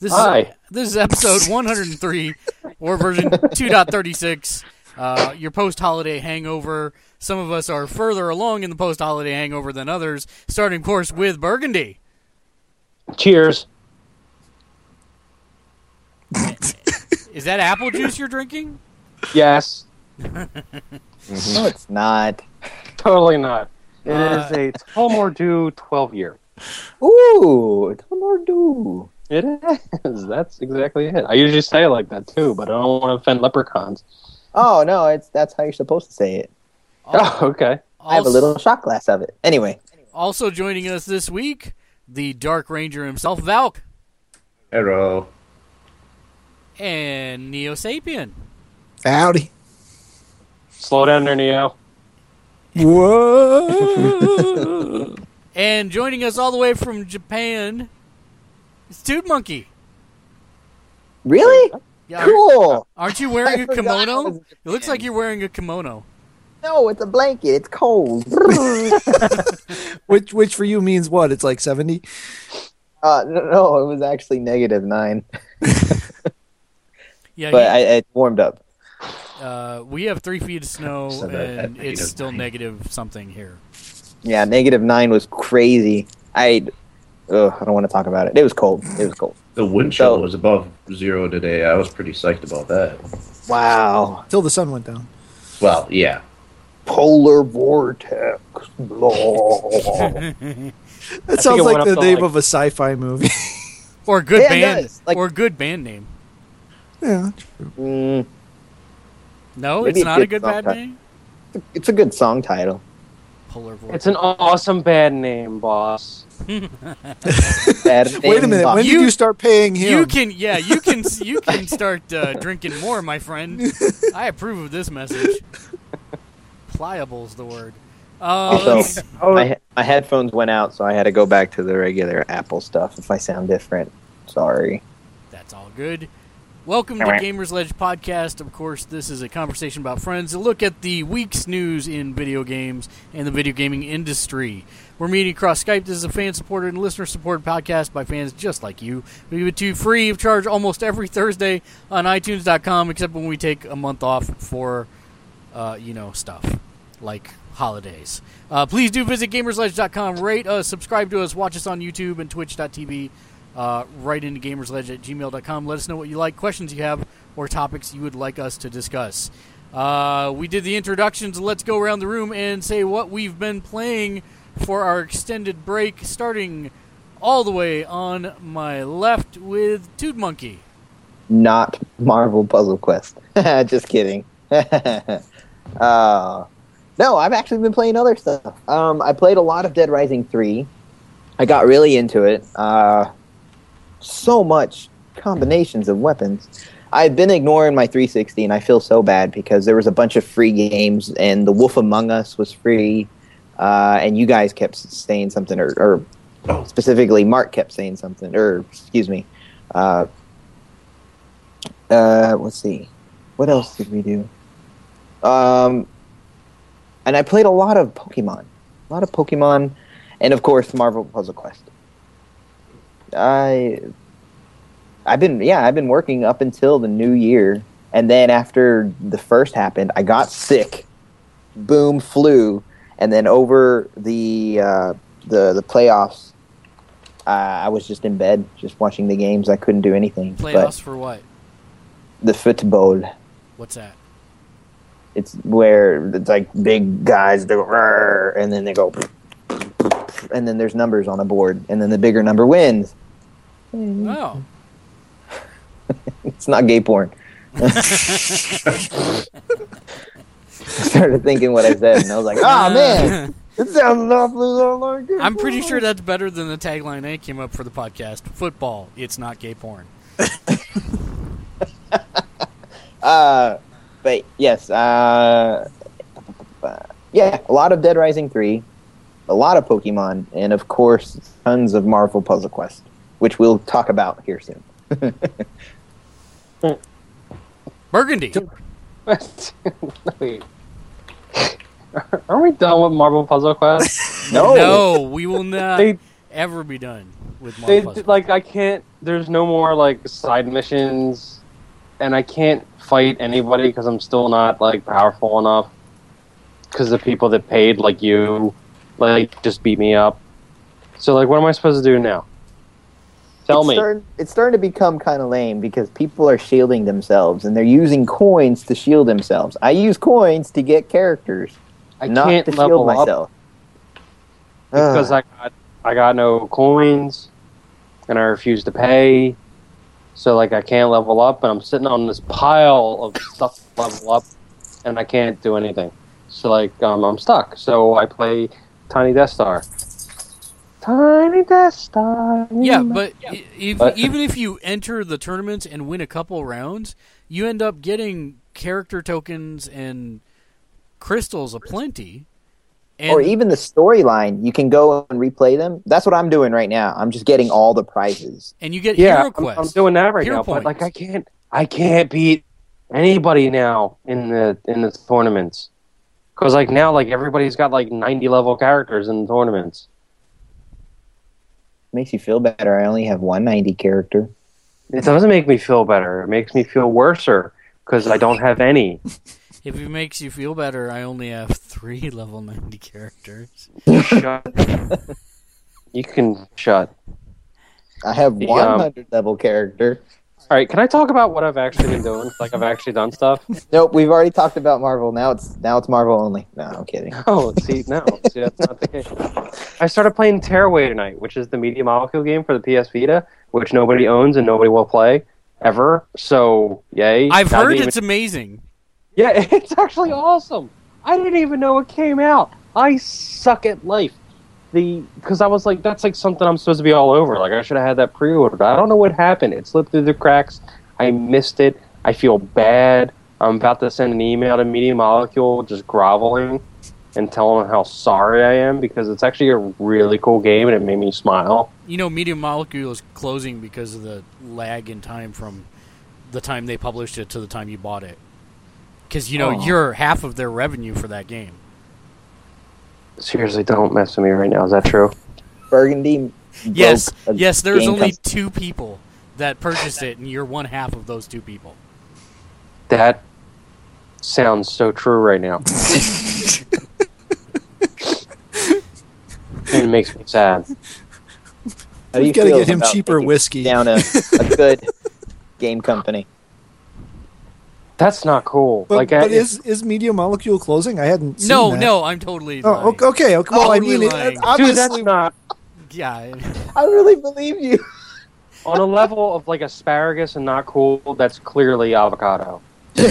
This is Hi. this is episode 103 or version 2.36. Uh, your post-holiday hangover. Some of us are further along in the post-holiday hangover than others. Starting, of course, with Burgundy. Cheers. Is that apple juice you're drinking? Yes. No, it's not. Totally not. It is Uh, a Tulmore Dew 12 year. Ooh, Tulmor Dew. It is. That's exactly it. I usually say it like that too, but I don't want to offend leprechauns. Oh no, it's that's how you're supposed to say it. Oh, okay. I have a little shot glass of it. Anyway, Also joining us this week, the Dark Ranger himself, Valk, Hello. and Neo Sapien. Howdy. Slow down there, Neo. Whoa. And joining us all the way from Japan, it's Dude Monkey. really Yeah, cool. Aren't you wearing I a forgot I kimono? was in It looks like you're wearing a kimono. No, it's a blanket. It's cold. which which for you means what? It's like 70? uh, no, no, it was actually negative nine, Yeah, but I, it warmed up. you- uh, we have three feet of snow So that- and that it's negative still nine. negative something here. Yeah, negative nine was crazy. I, ugh, I don't want to talk about it. It was cold. It was cold. The wind chill So- was above zero today. I was pretty psyched about that. Wow, Till the sun went down. Well, yeah. polar vortex. Blah. That think sounds it went like up the to, name like- of a sci-fi movie. Or a good Yeah, it band does. Like- or a good band name. yeah. mm, No, Maybe it's it not a did good band sometime. name. it's a good song title. Polar vortex. It's an awesome bad name, boss. Wait Wait a minute. When You- did you start paying him? you can yeah, you can you can start uh, drinking more, my friend. I approve of this message. Pliable's the word. Uh, Also- let's- Oh, my, my headphones went out, so I had to go back to the regular Apple stuff. If I sound different, sorry. That's all good. Welcome to Gamers Ledge Podcast. Of course, this is a conversation about friends, a look at the week's news in video games and the video gaming industry. We're meeting across Skype. This is a fan supported and listener supported podcast by fans just like you. We give it to you free of charge almost every Thursday on iTunes.com, except when we take a month off for uh, you know, stuff like holidays. Uh, please do visit gamersledge.com, rate us, subscribe to us, watch us on YouTube and twitch.tv, uh, right into gamersledge at gmail.com. Let us know what you like, questions you have, or topics you would like us to discuss. Uh, we did the introductions. Let's go around the room and say what we've been playing for our extended break, starting all the way on my left with Tood Monkey. Not Marvel Puzzle Quest. Just kidding. uh, no, I've actually been playing other stuff. Um, I played a lot of Dead Rising 3. I got really into it. Uh, so much combinations of weapons. I've been ignoring my 360, and I feel so bad because there was a bunch of free games, and The Wolf Among Us was free, uh, and you guys kept saying something, or, or specifically Mark kept saying something, or excuse me. Uh, uh, let's see, what else did we do? Um, and I played a lot of Pokemon, a lot of Pokemon, and of course Marvel Puzzle Quest. I I've been yeah, I've been working up until the new year, and then after the first happened, I got sick, boom, flu, and then over the uh, the the playoffs, uh, I was just in bed, just watching the games. I couldn't do anything. Playoffs for what? But the football, What's that? it's where it's like big guys they go "Rrr," and then they go and then there's numbers on a board, and then the bigger number wins. Oh. It's not gay porn. I started thinking what I said, and I was like, Uh, "Oh man, it sounds awfully like." I'm pretty sure that's better than the tagline I came up for the podcast. Football, it's not gay porn. Uh, but yes, uh, yeah, a lot of Dead Rising three, a lot of Pokemon, and of course tons of Marvel Puzzle Quest, which we'll talk about here soon. Burgundy. Wait. Are we done with Marvel Puzzle Quest? No, No, we will not They ever be done with they Marvel. Puzzle. like I can't. There's no more like side missions, and I can't fight anybody because I'm still not like powerful enough. Because the people that paid like you, like just beat me up. So like, what am I supposed to do now? Tell it's me. Starting, it's starting to become kind of lame because people are shielding themselves and they're using coins to shield themselves. I use coins to get characters, I not can't to level shield up. myself. because I got I got no coins, and I refuse to pay. So like I can't level up, and I'm sitting on this pile of stuff to level up, and I can't do anything. So like um, I'm stuck. So I play Tiny Death Star. Tiny Death Star. yeah, but i- if, But- even if you enter the tournaments and win a couple rounds, you end up getting character tokens and crystals aplenty. And or e- even the storyline, you can go and replay them. That's what I'm doing right now. I'm just getting all the prizes. and you get yeah, hero I'm, quests. I'm doing that right Hero now. points. But like I can't I can't beat anybody now in the in the tournaments. Cause like now, like everybody's got like ninety level characters in the tournaments. Makes you feel better. I only have 190 character. It doesn't make me feel better. It makes me feel worser because I don't have any. If it makes you feel better, I only have three level 90 characters. shut. You can shut. I have Yeah. 100 level character. All right, can I talk about what I've actually been doing? Like I've actually done stuff. Nope, we've already talked about Marvel. Now it's now it's Marvel only. No, I'm kidding. Oh, see, no, see, that's not the case. I started playing Tearaway tonight, which is the Media Molecule game for the PS Vita, which nobody owns and nobody will play ever. So, yay! I've I didn't heard even- it's amazing. Yeah, it's actually awesome. I didn't even know it came out. I suck at life. The because I was like, that's like something I'm supposed to be all over. Like I should have had that pre-ordered. I don't know what happened. It slipped through the cracks. I missed it. I feel bad. I'm about to send an email to Media Molecule, just groveling and telling them how sorry I am because it's actually a really cool game and it made me smile. You know, Media Molecule is closing because of the lag in time from the time they published it to the time you bought it. Because, you know, Oh. you're half of their revenue for that game. Seriously, don't mess with me right now. Is that true? Burgundy. Yes, broke a yes, there's game only company. two people that purchased it, and you're one half of those two people. That sounds so true right now. it makes me sad. How do you We've gotta feel get him about cheaper taking whiskey. Down a, a good game company. That's not cool. But, like, I, but is is Media Molecule closing? I hadn't. Seen no, that. no, I'm totally. Oh, lying. okay. okay. Well, I Totally mean, it, lying. dude, obviously, that's not Yeah, I really believe you. on a level of like asparagus and not cool. That's clearly avocado. I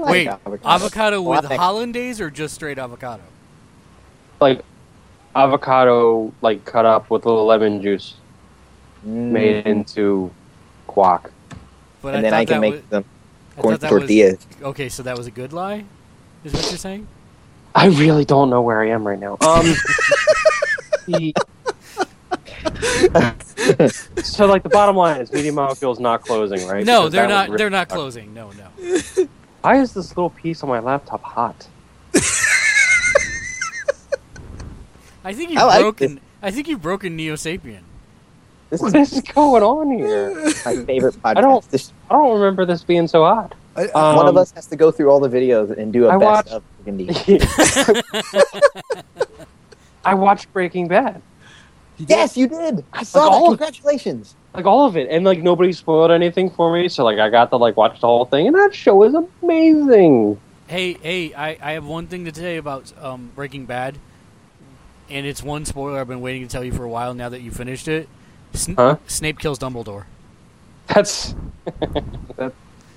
wait, avocado. avocado with Like- hollandaise or just straight avocado? Like avocado, like cut up with a little lemon juice, Mm. made into guac. But and then thought I can that make was- them I corn thought that was- tortillas. okay, so that was a good lie, is what you're saying? I really don't know where I am right now. Um, the- so like the bottom line is, Media Molecule is not closing, right? No, Because they're that would not. really they're not suck. closing. No, no. Why is this little piece on my laptop hot? I think you've I like broken. I think you've broken Neo Sapien. This What is is going on here? my favorite podcast. I don't- This- I don't remember this being so hot. I, Um, one of us has to go through all the videos and do a I best watched- of Burgundy. I watched Breaking Bad, Yes, you did. I saw Like that. all of- Congratulations. like all of it, and like nobody spoiled anything for me, so like I got to like watch the whole thing, and that show is amazing. Hey, hey, I, I have one thing to say about um, Breaking Bad, and it's one spoiler I've been waiting to tell you for a while. Now that you finished it, Sn- Huh? Snape kills Dumbledore. That's that,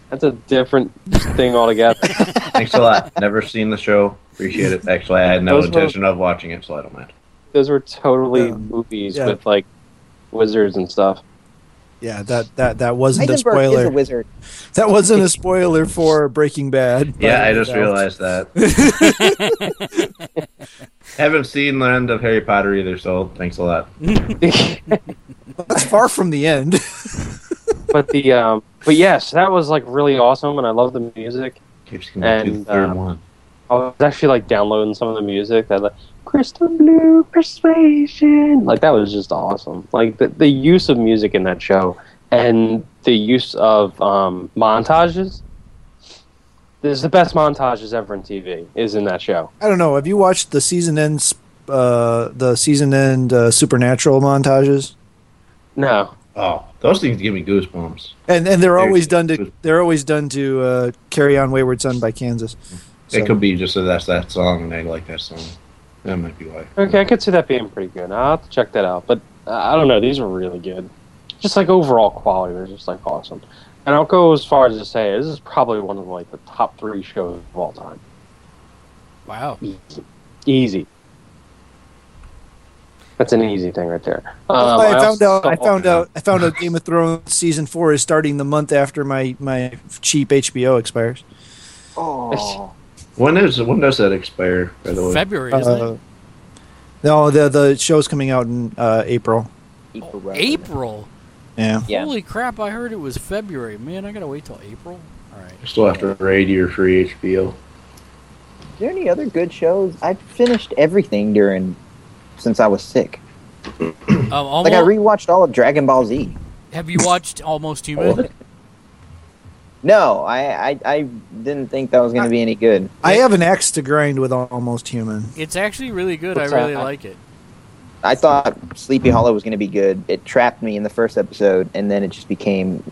that's a different thing altogether. Thanks a lot. Never seen the show. Appreciate it. Actually, I had no Those were- intention of watching it, so I don't mind. Those were totally Yeah. movies Yeah. with like wizards and stuff. yeah, that that that wasn't a Heisenberg is a spoiler. wizard. that wasn't a spoiler for Breaking Bad. Yeah, but, I just you know. realized that. Haven't seen the end of Harry Potter either, so thanks a lot. That's far from the end. but the um, but yes, that was like really awesome, and I love the music. Keeps coming to the And, third um, one. I was actually like downloading some of the music that like Crystal Blue Persuasion, like that was just awesome. Like the the use of music in that show and the use of um, montages. There's the best montages ever in TV is in that show. I don't know. Have you watched the season end, sp- uh, the season end uh, Supernatural montages? No, Oh, those things give me goosebumps. And and they're There's- always done to they're always done to uh, "Carry On Wayward Son" by Kansas. So- It could be just that that's that song, and I like that song. That might be why. okay, I could see that being pretty good. I'll have to check that out. But uh, I don't know, these are really good. Just like overall quality, they're just like awesome. And I'll go as far as to say this is probably one of like the top three shows of all time. Wow. Easy. That's an easy thing right there. That's Um, why I found also- out. I found out. I found out Game of Thrones season four is starting the month after my my cheap HBO expires. Oh, When is when does that expire? By the way, February, isn't Uh, no, the the show's coming out in uh, April. April. it? Road. April. Yeah. Yeah. Holy crap! I heard it was February. Man, I gotta wait till April. All right. I still have to raid your free HBO. Is there any other good shows? I've finished everything during since I was sick. Um, almost, Like I rewatched all of Dragon Ball Z. have you watched Almost Oh. Human? No, I I, I didn't think that was going to be any good. I have an axe to grind with Al- Almost Human. It's actually really good. What's I really that? like it. I thought Sleepy Hollow was going to be good. It trapped me in the first episode, and then it just became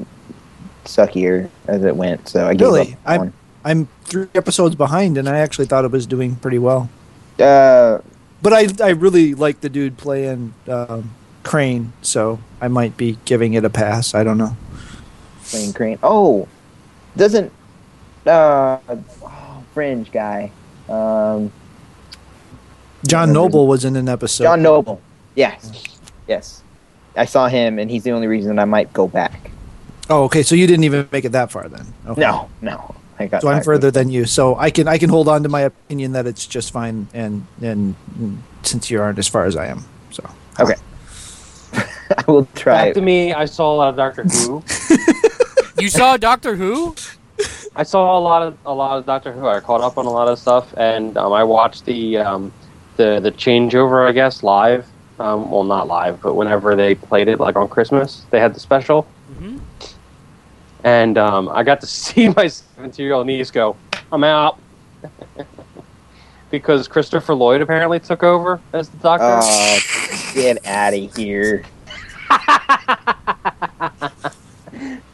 suckier as it went. So I gave Really? up. I'm I'm three episodes behind, and I actually thought it was doing pretty well. I uh, But I I really like the dude playing um, Crane, so I might be giving it a pass. I don't know. playing Crane. Oh, doesn't uh, oh, Fringe guy, um, John Noble was in an episode. John Noble? Yes, yes. I saw him, and he's the only reason I might go back. Oh, okay. So you didn't even make it that far then. Okay. No, no. I got So I'm back. further than you. So I can I can hold on to my opinion that it's just fine, and and mm, since you aren't as far as I am, so Okay. I will try. Back to it. me, I saw a lot of Doctor Who. You saw Doctor Who? I saw a lot of a lot of Doctor Who. I caught up on a lot of stuff, and um, I watched the um, the the changeover, I guess, live. Um, well, not live, but whenever they played it, like on Christmas, they had the special, hmm and um, I got to see my seventeen-year-old niece go, "I'm out," because Christopher Lloyd apparently took over as the Doctor. Oh, get out of here!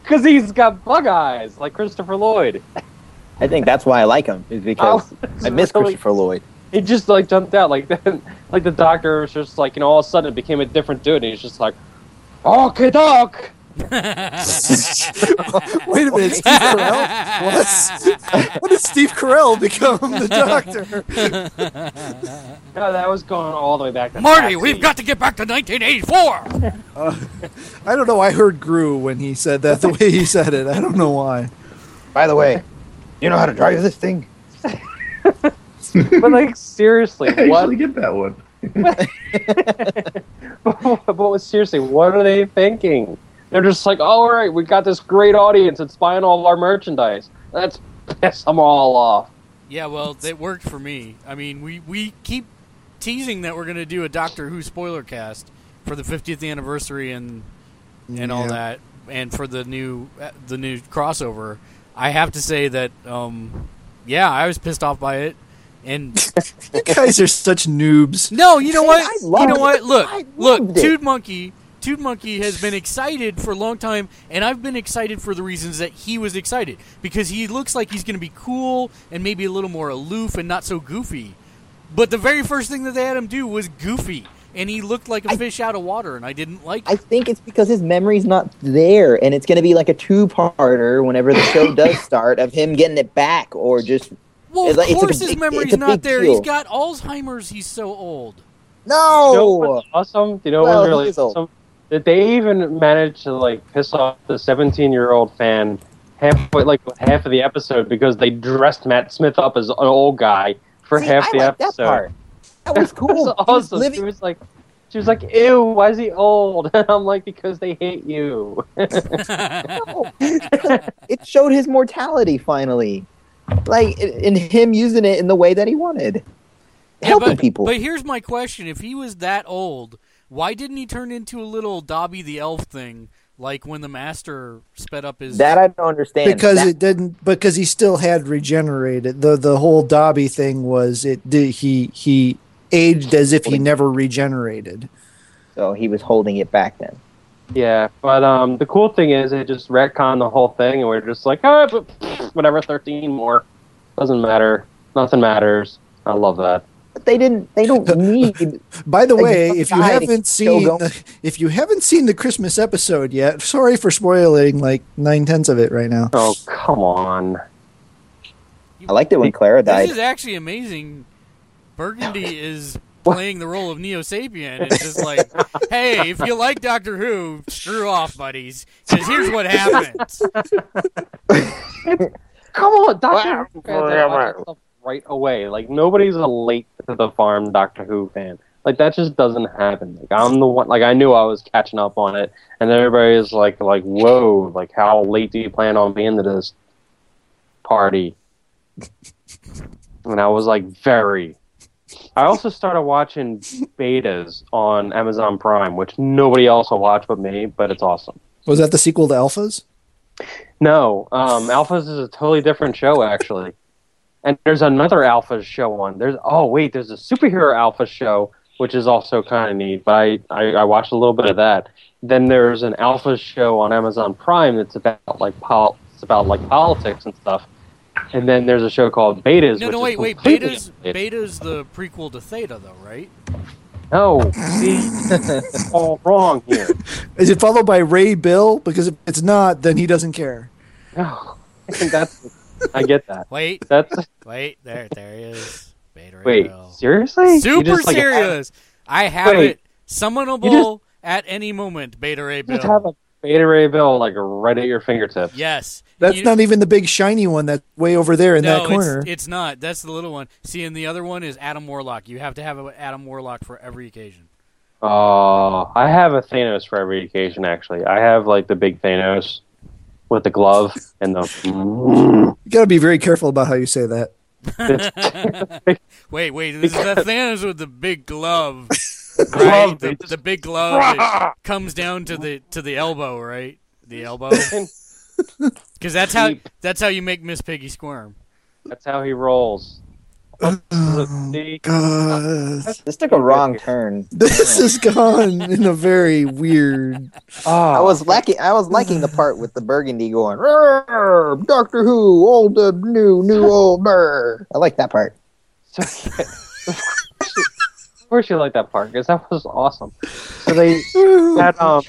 Because he's got bug eyes, like Christopher Lloyd. I think that's why I like him is because I miss Oh, really- Christopher Lloyd. It just like jumped out, like then, like the doctor was just like, you know, all of a sudden it became a different dude, and he's just like, "Okay, doc." wait a minute, Steve Carell. What? what did Steve Carell become the doctor? No, that was going all the way back. To Marty, Taxi. we've got to get back to 1984. I don't know. I heard Gru when he said that the way he said it. I don't know why. By the way, you know how to drive this thing? But like seriously, I what? usually get that one. but seriously, what are they thinking? They're just like, all right, we got this great audience. It's buying all of our merchandise. Let's piss them all off. Yeah, well, it worked for me. I mean, we, we keep teasing that we're going to do a Doctor Who spoiler cast for the 50th anniversary and and all Yeah. that, and for the new uh, the new crossover. I have to say that, um, yeah, I was pissed off by it. And You guys are such noobs. No, you know Hey, what? I You know loved what? it. Look, I look, loved it. Toot Monkey, Toot Monkey has been excited for a long time, and I've been excited for the reasons that he was excited because he looks like he's going to be cool and maybe a little more aloof and not so goofy. But the very first thing that they had him do was goofy, and he looked like a I- fish out of water, and I didn't like. I it. think it's because his memory's not there, and it's going to be like a two-parter whenever the show does start of him getting it back, or just well, of it's a- it's a course, his big- memory's it's a not big there. He's deal. got Alzheimer's. He's so old. You know no. what's awesome? You know Well, what's he really is old. awesome? Did they even manage to like piss off the 17 year old fan halfway, like half of the episode, because they dressed Matt Smith up as an old guy for See, half I the liked episode? That, part. that was It was cool. He was awesome. She living- was like, she was like, "Ew, why is he old?" And I'm like, "Because they hate you." No. it showed his mortality finally, like in in him using it in the way that he wanted, Yeah, helping but, people. But here's my question: If he was that old, why didn't he turn into a little Dobby the Elf thing, like when the Master sped up his? that I don't understand because That- it didn't because he still had regenerated the the whole Dobby thing was it did he he aged as if he never regenerated so he was holding it back then. yeah, but um, the cool thing is, it just retconned the whole thing, and we're just like, "Ah, but pfft, whatever, 13 more doesn't matter. Nothing matters." I love that. But they didn't. They don't need. by the Like, way he if you died, haven't he's still seen going. the, if you haven't seen the Christmas episode yet sorry for spoiling like nine tenths of it right now Oh come on! I liked it when Clara this died. is actually amazing. Burgundy is playing the role of Neo Sapien. It's just like, hey, if you like Doctor Who, screw off, buddies, because here's what happens. Come on, Doctor Who fans that watch that stuff right away. Like nobody's a late to the farm Doctor Who fan. Like that just doesn't happen. Like I'm the one. Like I knew I was catching up on it, and everybody is like, like, whoa! Like how late do you plan on being to this party? And I was like, very. I also started watching betas on Amazon Prime, which nobody else will watch but me. But it's awesome. was that the sequel to Alphas No, um, Alphas is a totally different show actually, and there's another Alphas show on. There's oh wait, there's a superhero Alpha show which is also kind of neat. But I, I I watched a little bit of that. Then there's an Alpha show on Amazon Prime that's about like pol- it's about like politics and stuff. And then there's a show called Betas. No, which no, is wait, wait. completely Beta's unrelated. Beta's the prequel to Theta, though, right? No, see, all wrong here. is it followed by Ray Bill because if it's not then he doesn't care No, I think that's. I get that. Wait, That's wait, there, there he is. Beta Ray wait. Bill. Seriously? You super just, like, serious. I have Wait. it summonable at any moment. Beta Ray You just have Bill. a beta ray bill like right at your fingertips. Yes, that's You- not even the big shiny one that's way over there in no, that it's- corner It's, not. That's the little one. See, and the other one is Adam Warlock. You have to have an Adam Warlock for every occasion. Oh, I have a Thanos for every occasion. Actually, I have like the big Thanos with the glove and the. you got to be very careful about how you say that Wait, wait. This is the Thanos with the big glove. Right? Glove, The, bitch. the big glove that comes down to the to the elbow, right? The elbow. Because that's how that's how you make Miss Piggy squirm. That's how he rolls. Look, see? Um, God. This took a wrong turn. This has gone in a very weird. I Oh, was liking. I was liking the part with the burgundy going. "Rrrr, Doctor Who, old uh, new, new old. brr." I like that part. so- of course you like that part because that was awesome. So they had um.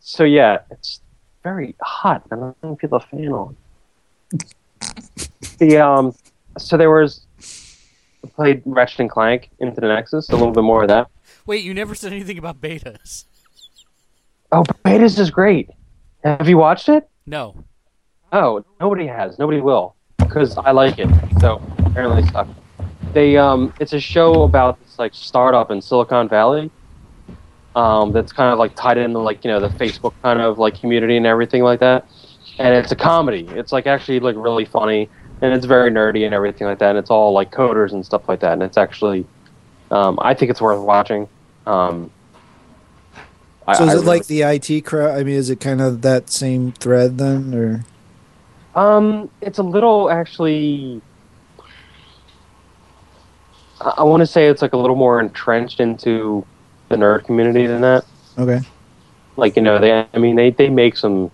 So yeah, it's very hot, and I don't even feel a fan on. The um, so there was I played Ratchet and Clank into the Nexus a little bit more of that. Wait, you never said anything about betas. Oh, Betas is great. Have you watched it? No. Oh, nobody has. Nobody will, because I like it. So apparently, stuck. They um, it's a show about this like startup in Silicon Valley. Um, that's kind of like tied into like you know the Facebook kind of like community and everything like that. And it's a comedy. It's like actually like really funny, and it's very nerdy and everything like that. And it's all like coders and stuff like that. And it's actually, um, I think it's worth watching. Um, I- So is I it really- like the IT crowd? I mean, is it kind of that same thread then, or Um, it's a little actually. I, I want to say it's like a little more entrenched into the nerd community than that. okay? Like you know, they. I mean, they they make some.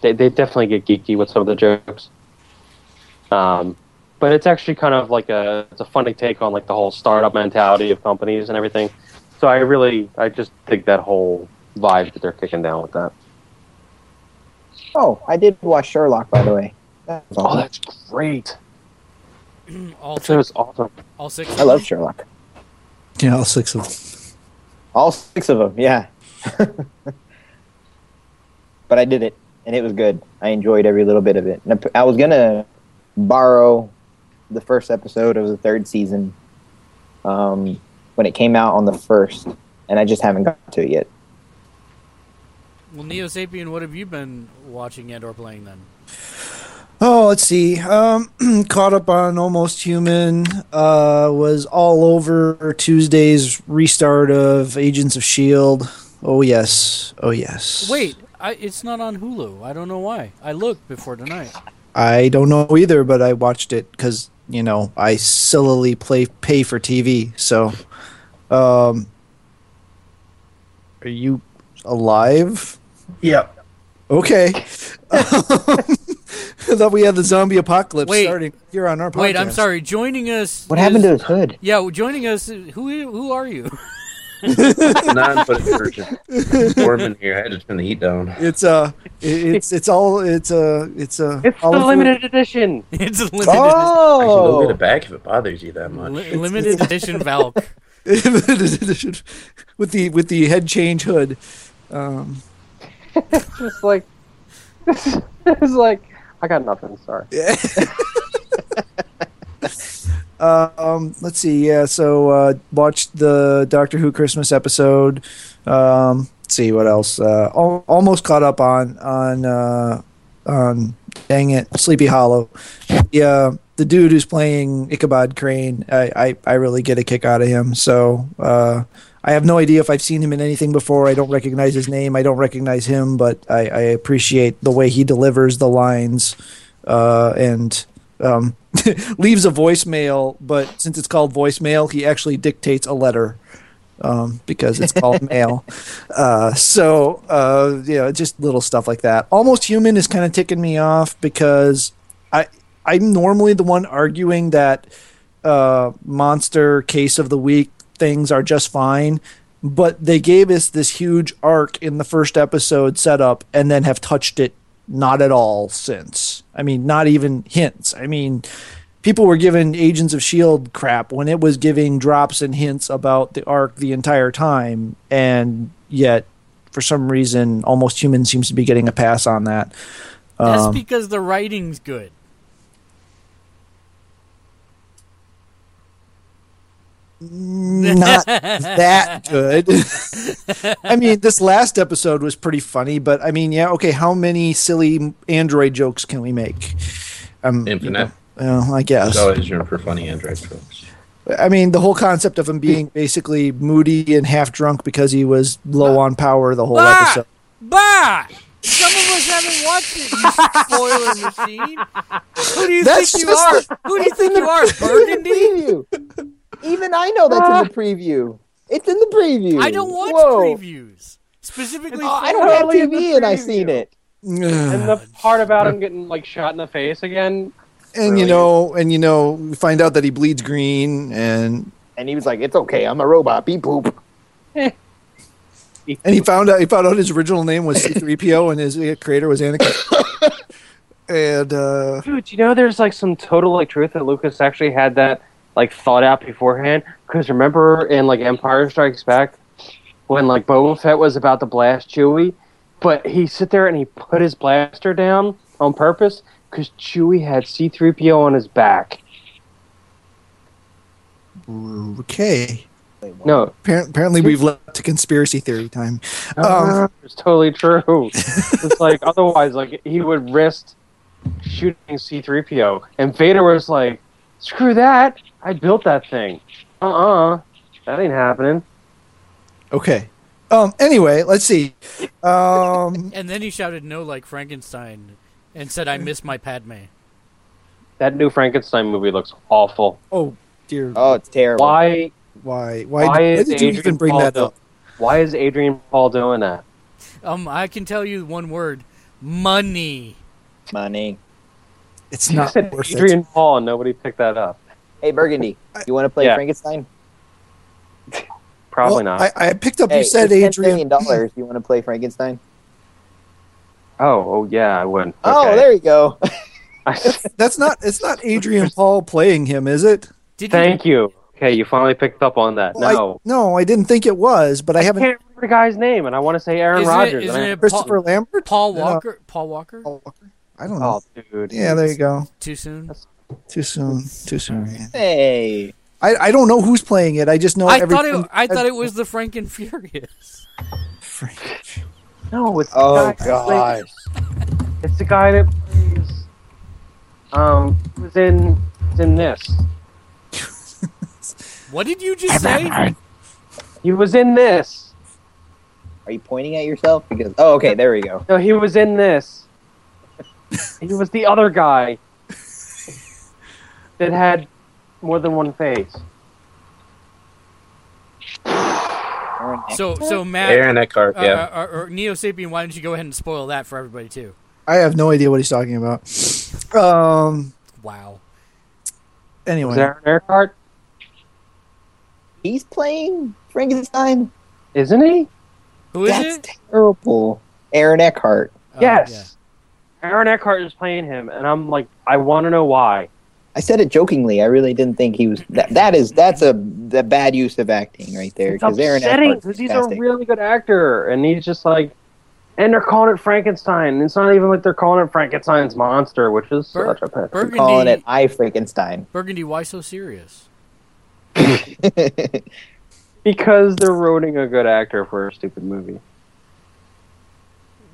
They they definitely get geeky with some of the jokes. Um, but it's actually kind of like a it's a funny take on like the whole startup mentality of companies and everything. So I really I just dig that whole vibe that they're kicking down with that. Oh, I did watch Sherlock, by the way. That was Oh, awesome. that's great! All That six. was awesome. All six. I love Sherlock. Yeah, all six of them. All six of them, yeah. but I did it, and it was good. I enjoyed every little bit of it. And I p- I was gonna borrow the first episode of the third season um, when it came out on the first, and I just haven't got to it yet. Well, Neo Sapien, what have you been watching and or playing then? Oh, let's see. Um, caught up on Almost Human. Uh, was all over Tuesday's restart of Agents of Shield. Oh yes, oh yes. Wait, I, it's not on Hulu. I don't know why. I looked before tonight. I don't know either, but I watched it because you know I sillily play pay for TV. So, um, are you alive? Yeah. Okay. I thought we had the zombie apocalypse Wait. starting here on our podcast. Wait, I'm sorry. Joining us. What happened to is- his hood? Yeah, well, joining us. is- Who who are you? Non-footed version. It's warm in here. I had to turn the heat down. It's uh, it- it's it's all it's uh, it's uh, It's the all over- limited edition. It's a limited Ah! I can go get it Oh, back if it bothers you that much. li- limited edition Valk. limited edition with the with the head change hood. Um, Just like it's like I got nothing. Sorry. uh, um, let's see. Yeah, so uh, watched the Doctor Who Christmas episode. Um, let's see what else. Uh, al- almost caught up on on uh, on. Dang it, Sleepy Hollow. The uh, the dude who's playing Ichabod Crane. I, I I really get a kick out of him. So. Uh, I have no idea if I've seen him in anything before. I don't recognize his name. I don't recognize him, but I, I appreciate the way he delivers the lines uh, and um, leaves a voicemail. But since it's called voicemail, he actually dictates a letter um, because it's called mail. Uh, so, uh, you know, just little stuff like that. Almost Human is kind of ticking me off because I I'm normally the one arguing that uh, monster case of the week things are just fine. But they gave us this huge arc in the first episode setup and then have touched it not at all since. I mean, not even hints. I mean, people were given Agents of S.H.I.E.L.D. E crap when it was giving drops and hints about the arc the entire time. And yet, for some reason, Almost Human seems to be getting a pass on that. That's because the writing's good. not that good. I mean, this last episode was pretty funny, but I mean, yeah, okay, how many silly Android jokes can we make? Um, Infinite. well, I guess. There's always room for funny Android folks. I mean, the whole concept of him being basically moody and half drunk because he was low on power the whole Ah! episode. Bah! Some of us haven't watched it, you spoiler machine. Who do you That's think you are? just Who do you think you are, Burgundy? preview. Ah! Even I know that's in the preview. It's in the preview. I don't watch Whoa. previews. Specifically, Oh, I for- don't have Totally in the TV, and I preview. seen it. And the part about him getting like shot in the face again. and you Really? know, and you know, we find out that he bleeds green, and And he was like, "It's okay. I'm a robot. Beep boop." and he found out he found out his original name was C3PO, and his uh, creator was Anakin. and uh, Dude, you know there's like some total like truth that Lucas actually had that like thought out beforehand. Because remember in like Empire Strikes Back when like Boba Fett was about to blast Chewie, but he sit there and he put his blaster down on purpose because Chewie had C-3PO on his back. okay. No, Appar- apparently, we've left to conspiracy theory time. Um, it's totally true. it's like otherwise, like he would risk shooting C three PO, and Vader was like, "Screw that! I built that thing. Uh uh that ain't happening." okay. Um, anyway, let's see. Um, and then he shouted no like Frankenstein and said, I miss my Padme. That new Frankenstein movie looks awful. oh dear, Oh, it's terrible. Why? why? Why, Why why is did you Adrian even bring Paul that doing- up? Why is Adrian Paul doing that? Um, I can tell you one word money. Money. It's not said worth Adrian it. Paul, and nobody picked that up. Hey, Burgundy, you want to play Yeah. Frankenstein? Probably Well, not. I, I picked up Hey, you said it's $10 Adrian. million dollars. You want to play Frankenstein? Oh, oh yeah, I would. Oh, Okay. there you go. I- That's not. It's not Adrian Paul playing him, is it? Did you Thank you. Okay, you finally picked up on that. Well, I- no, no, I didn't think it was, but I I, haven't. can't remember the guy's name, and I want to say Aaron Isn't it- Rodgers. isn't and I- it Christopher Paul, Lambert. Paul No. Walker? Paul Walker? Paul Walker? I don't know. Oh, dude. yeah, there you go. Too soon. Too soon. Too soon. man. Hey, I, I don't know who's playing it. I just know. I every- thought it. I thought it was the Frank and Furious. Frank. No, it's Oh, the guy, It's the guy that plays. Um, was in was in this. What did you just say? He was in this. are you pointing at yourself? Because oh, okay, there we go. No, he was in this. he was the other guy that had more than one face. Aaron So so Matt Aaron Eckhart, uh, yeah. uh, or, or Neo Sapien, why don't you go ahead and spoil that for everybody too? I have no idea what he's talking about. Um. Wow. Anyway. Was it Aaron Eckhart? He's playing Frankenstein. Isn't he? Who is That's it? terrible. Aaron Eckhart. Oh, yes. Aaron Eckhart is playing him, and I'm like, I want to know why. I said it jokingly. I really didn't think he was. That, that is that's a the bad use of acting right there. It's Because Aaron upsetting Eckhart. because he's a really good actor, and he's just like, and they're calling it Frankenstein. and It's not even like they're calling it Frankenstein's monster, which is Bur- such a pet. Burgundy. calling it I Frankenstein. Burgundy, why so serious? because they're ruining a good actor for a stupid movie.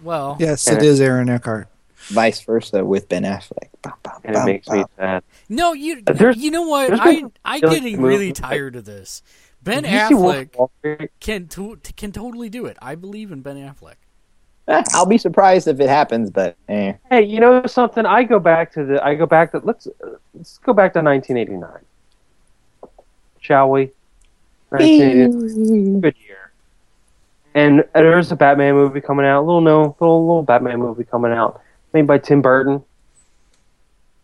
Well, Yes, it is Aaron Eckhart. Vice versa with Ben Affleck. Bah, bah, And bah, it makes me bah. sad. no, you Uh, There's- you know what? there's I been- I'm feel like getting the movie- really tired of this. Ben Did you see Wolf of Affleck Wall Street? can to, can totally do it. I believe in Ben Affleck. Eh, I'll be surprised if it happens, but eh. Hey, you know something? I go back to the. I go back to let's uh, let's go back to 1989, shall we? 1989, good year. And there's a Batman movie coming out. Little no, little little Batman movie coming out, made by Tim Burton.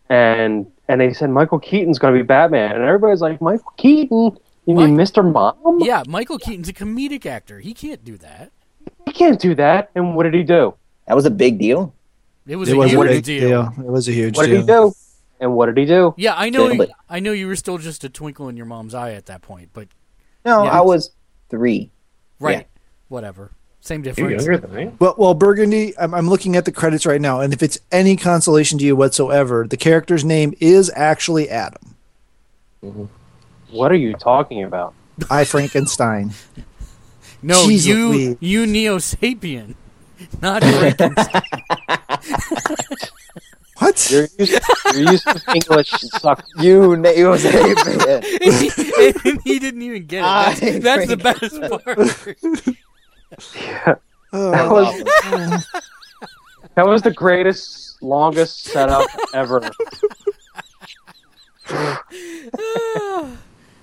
And and they said Michael Keaton's going to be Batman, and everybody's like, Michael Keaton? You mean Mr. Mom? Yeah, Michael Keaton's a comedic actor. He can't do that. He can't do that. And what did he do? that was a big deal. It was it a was huge a big deal. deal. It was a huge What did deal. he do? And what did he do? Yeah, I know. Did- you- I know you were still just a twinkle in your mom's eye at that point, but No, Yeah. I was three. right, Yeah. whatever, same You're difference. younger than I am. Well, well, Burgundy. I'm, I'm looking at the credits right now, and if it's any consolation to you whatsoever, the character's name is actually Adam. What are you talking about? I Frankenstein. No, Jeez you Louise. you Neo Sapien, not Franken- What? Your use, your use of English sucks. You neo Sapien. and he didn't even get I it. That's, that's the best part. Oh, was- That was the greatest, longest setup ever.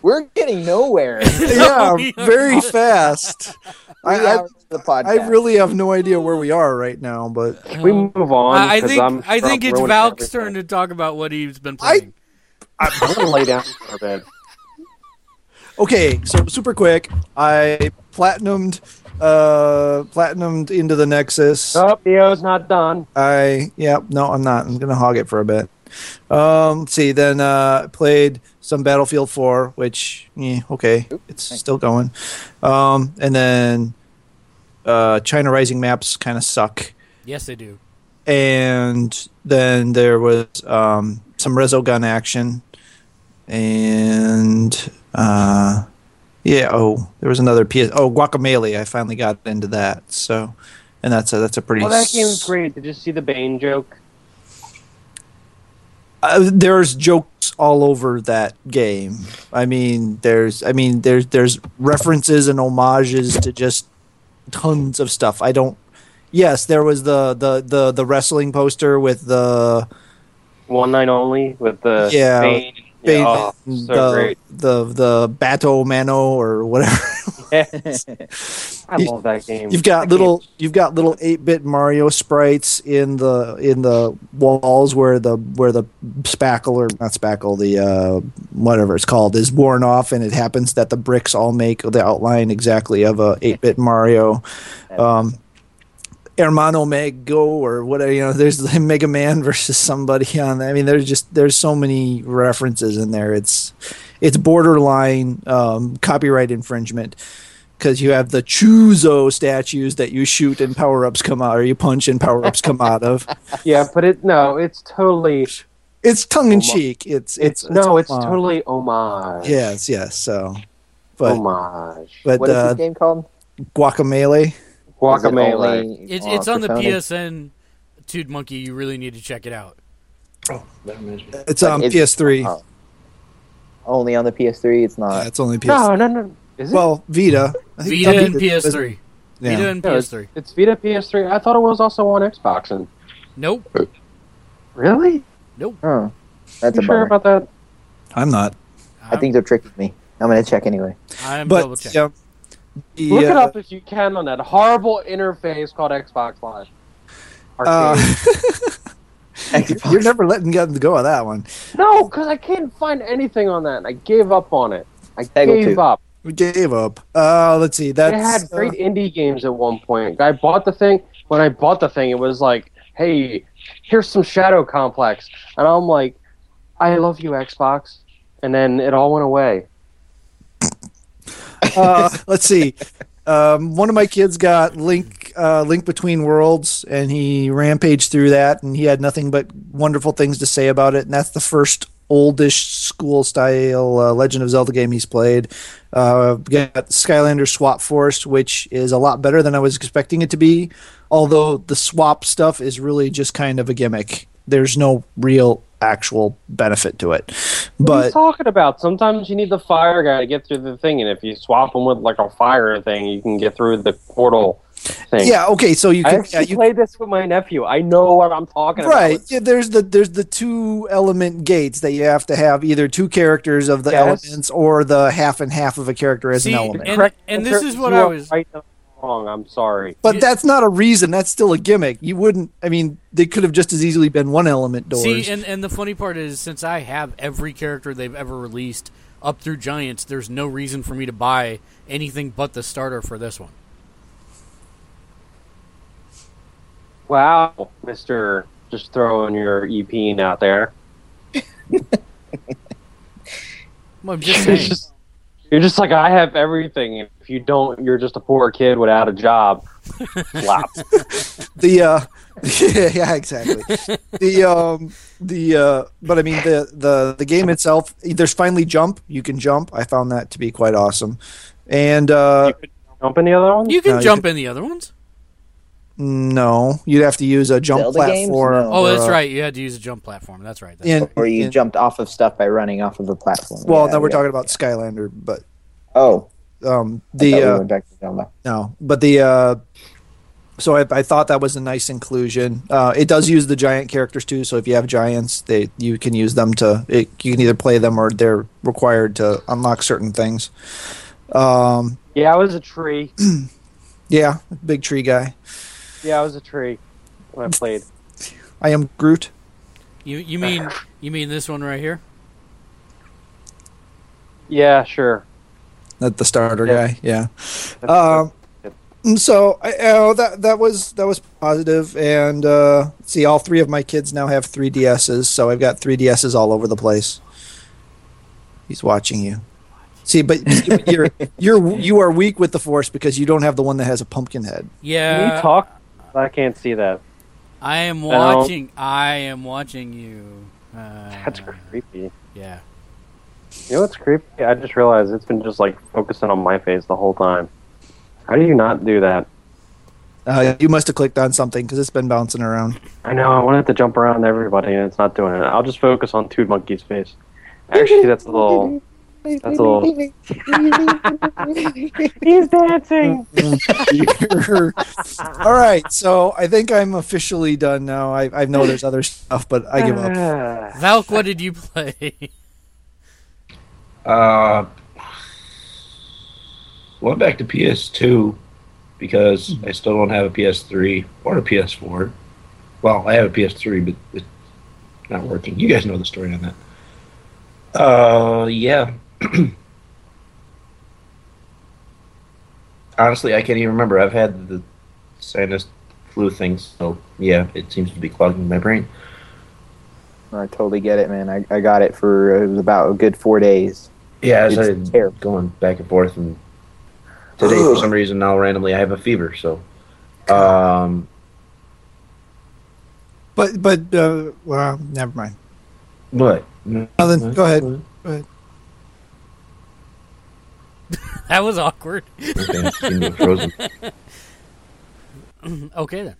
We're getting nowhere. Three yeah, very fast. I, I, hours of the podcast. I really have no idea where we are right now, but We Oh. move on. I I 'cause think I'm I think I'm it's ruining Valk's everything. turn to talk about what he's been playing. I'm gonna lay down for a bit. okay. So super quick, I platinumed, uh, platinumed into the Nexus. Oh, Neo's not done. I yeah, no, I'm not. I'm gonna hog it for a bit. Um, let's see, then uh, played some Battlefield 4, which eh, okay, it's still going. Um, and then uh, China Rising maps kind of suck. yes, they do. And then there was um, some Resogun action, and uh, yeah, oh, there was another PS. Oh, Guacamole, I finally got into that. So, and that's a that's a pretty. Well, that game was s- great. Did you see the Bane joke? uh, there's jokes all over that game. I mean, there's I mean there's there's references and homages to just tons of stuff. I don't. Yes, there was the the the the wrestling poster with the One night only with the Yeah, Bane. Bane- Yeah, oh, so the, great. the the Bato Mano or whatever. I love that game. You've got That little game's you've got little eight bit Mario sprites in the in the walls where the where the spackle or not spackle the uh, whatever it's called is worn off, and it happens that the bricks all make the outline exactly of a eight bit Mario. Um, Hermano Mego or whatever. You know, there's the Mega Man versus somebody on. That. I mean, there's just there's so many references in there. It's it's borderline um, copyright infringement because you have the Chuzo statues that you shoot and power ups come out, or you punch and power ups come out of. Yeah, but it no, it's totally it's, It's tongue in cheek. It's, it's Oh no, it's fun. totally homage. yes, yes. So, Oh but homage. but What is uh, this game called? Guacamole. Is it Guacamole. only uh, It's, it's on the Persona? PSN. Dude, monkey, you really need to check it out. Oh, That reminds me. It's um, on Like, it's- PS3. uh, oh. Only on the PS3. It's not. Yeah, it's only PS. No, no, no. Is it? Well, Vita. I think Vita it's on and PS3. Yeah. Vita and No, it's- PS3. It's Vita PS3. I thought it was also on Xbox. And Nope. really, Huh. That's you sure a bummer. about that? I'm not. I think they're tricking me. I'm gonna check anyway. I'm double But checking. yeah, the, Look it uh, up if you can on that horrible interface called Xbox Live. Arcade. Uh, you're never letting them go on that one. no, because I can't find anything on that. And I gave up on it. I Peggle gave two. up. We gave up. Uh, let's see. They had That's great indie games at one point. I bought the thing. When I bought the thing, it was like, "Hey, here's some Shadow Complex," and I'm like, "I love you, Xbox." And then it all went away. uh, let's see. Um, one of my kids got Link uh, Link Between Worlds, and he rampaged through that, and he had nothing but wonderful things to say about it. And that's the first oldish school style uh, Legend of Zelda game he's played. Uh, got Skylander Swap Force, which is a lot better than I was expecting it to be. Although the swap stuff is really just kind of a gimmick. There's no real actual benefit to it. What are you But talking about? Sometimes you need the fire guy to get through the thing, and if you swap him with like a fire thing, you can get through the portal thing. yeah, okay, so you I can yeah, actually you played this with my nephew. I know what I'm talking right about. yeah, there's the there's the two element gates that you have to have either two characters of the Yes. elements or the half and half of a character as See, an element and, Correct- and this is what you I are was. right and wrong. I'm sorry. but you- that's not a reason that's still a gimmick you wouldn't i mean they could have just as easily been one element doors See, and, and the funny part is, since I have every character they've ever released up through Giants, there's no reason for me to buy anything but the starter for this one. Wow, Mister, just throwing your EP in out there. Well, I'm just You're saying. just, you're just like I have everything. and If you don't, you're just a poor kid without a job. Slap. the uh yeah, yeah exactly the um the uh but i mean the the the game itself there's finally jump you can jump i found that to be quite awesome and uh Jump in the other one. you can No, you jump in the other ones. no you'd have to use a jump Zelda games? platform No. Oh, or that's a- right. You had to use a jump platform. That's right. That's and- Or you and- jumped off of stuff by running off of a platform. Well, Yeah, now we're yeah. talking about Skylander, but Oh, um, the the we uh, went back to Zelda. no, but the uh, so I, I thought that was a nice inclusion. Uh, it does use the giant characters too, so if you have giants, they you can use them to it, you can either play them or they're required to unlock certain things. Um, Yeah, I was a tree. yeah, big tree guy. Yeah, I was a tree when I played. I am Groot. You you mean you mean this one right here? Yeah, sure. Not the starter Yeah. guy. Yeah. Um, so I, uh, that that was that was positive, and uh, see, all three of my kids now have three DSs, so I've got three DSs all over the place. He's watching you. See, but you're you're you are weak with the force because you don't have the one that has a pumpkin head. Yeah. Can you talk? I can't see that. I am No. watching. I am watching you. Uh, That's creepy. Yeah. You know what's creepy? I just realized it's been just like focusing on my face the whole time. How do you not do that? Uh, you must have clicked on something because it's been bouncing around. I know I wanted to jump around everybody, and it's not doing it. I'll just focus on Toad Monkey's face. Actually, that's a little. That's a little. He's dancing. all right, so I think I'm officially done now. I, I know there's other stuff, but I give up. Ah. Valk, what did you play? Uh, went back to PS2 because I still don't have a PS3 or a PS4. Well, I have a PS3, but it's not working. You guys know the story on that. Uh, yeah. Honestly, I can't even remember. I've had the sinus flu thing. So yeah, it seems to be clogging my brain. I totally get it, man. I, I got it for uh, it was about a good four days. Yeah, as It's I terrible. going back and forth, and today for some reason now randomly I have a fever. So, um, But but uh, well, never mind. but Nothing. Go ahead. That was awkward. Okay, give me a frozen. Okay then.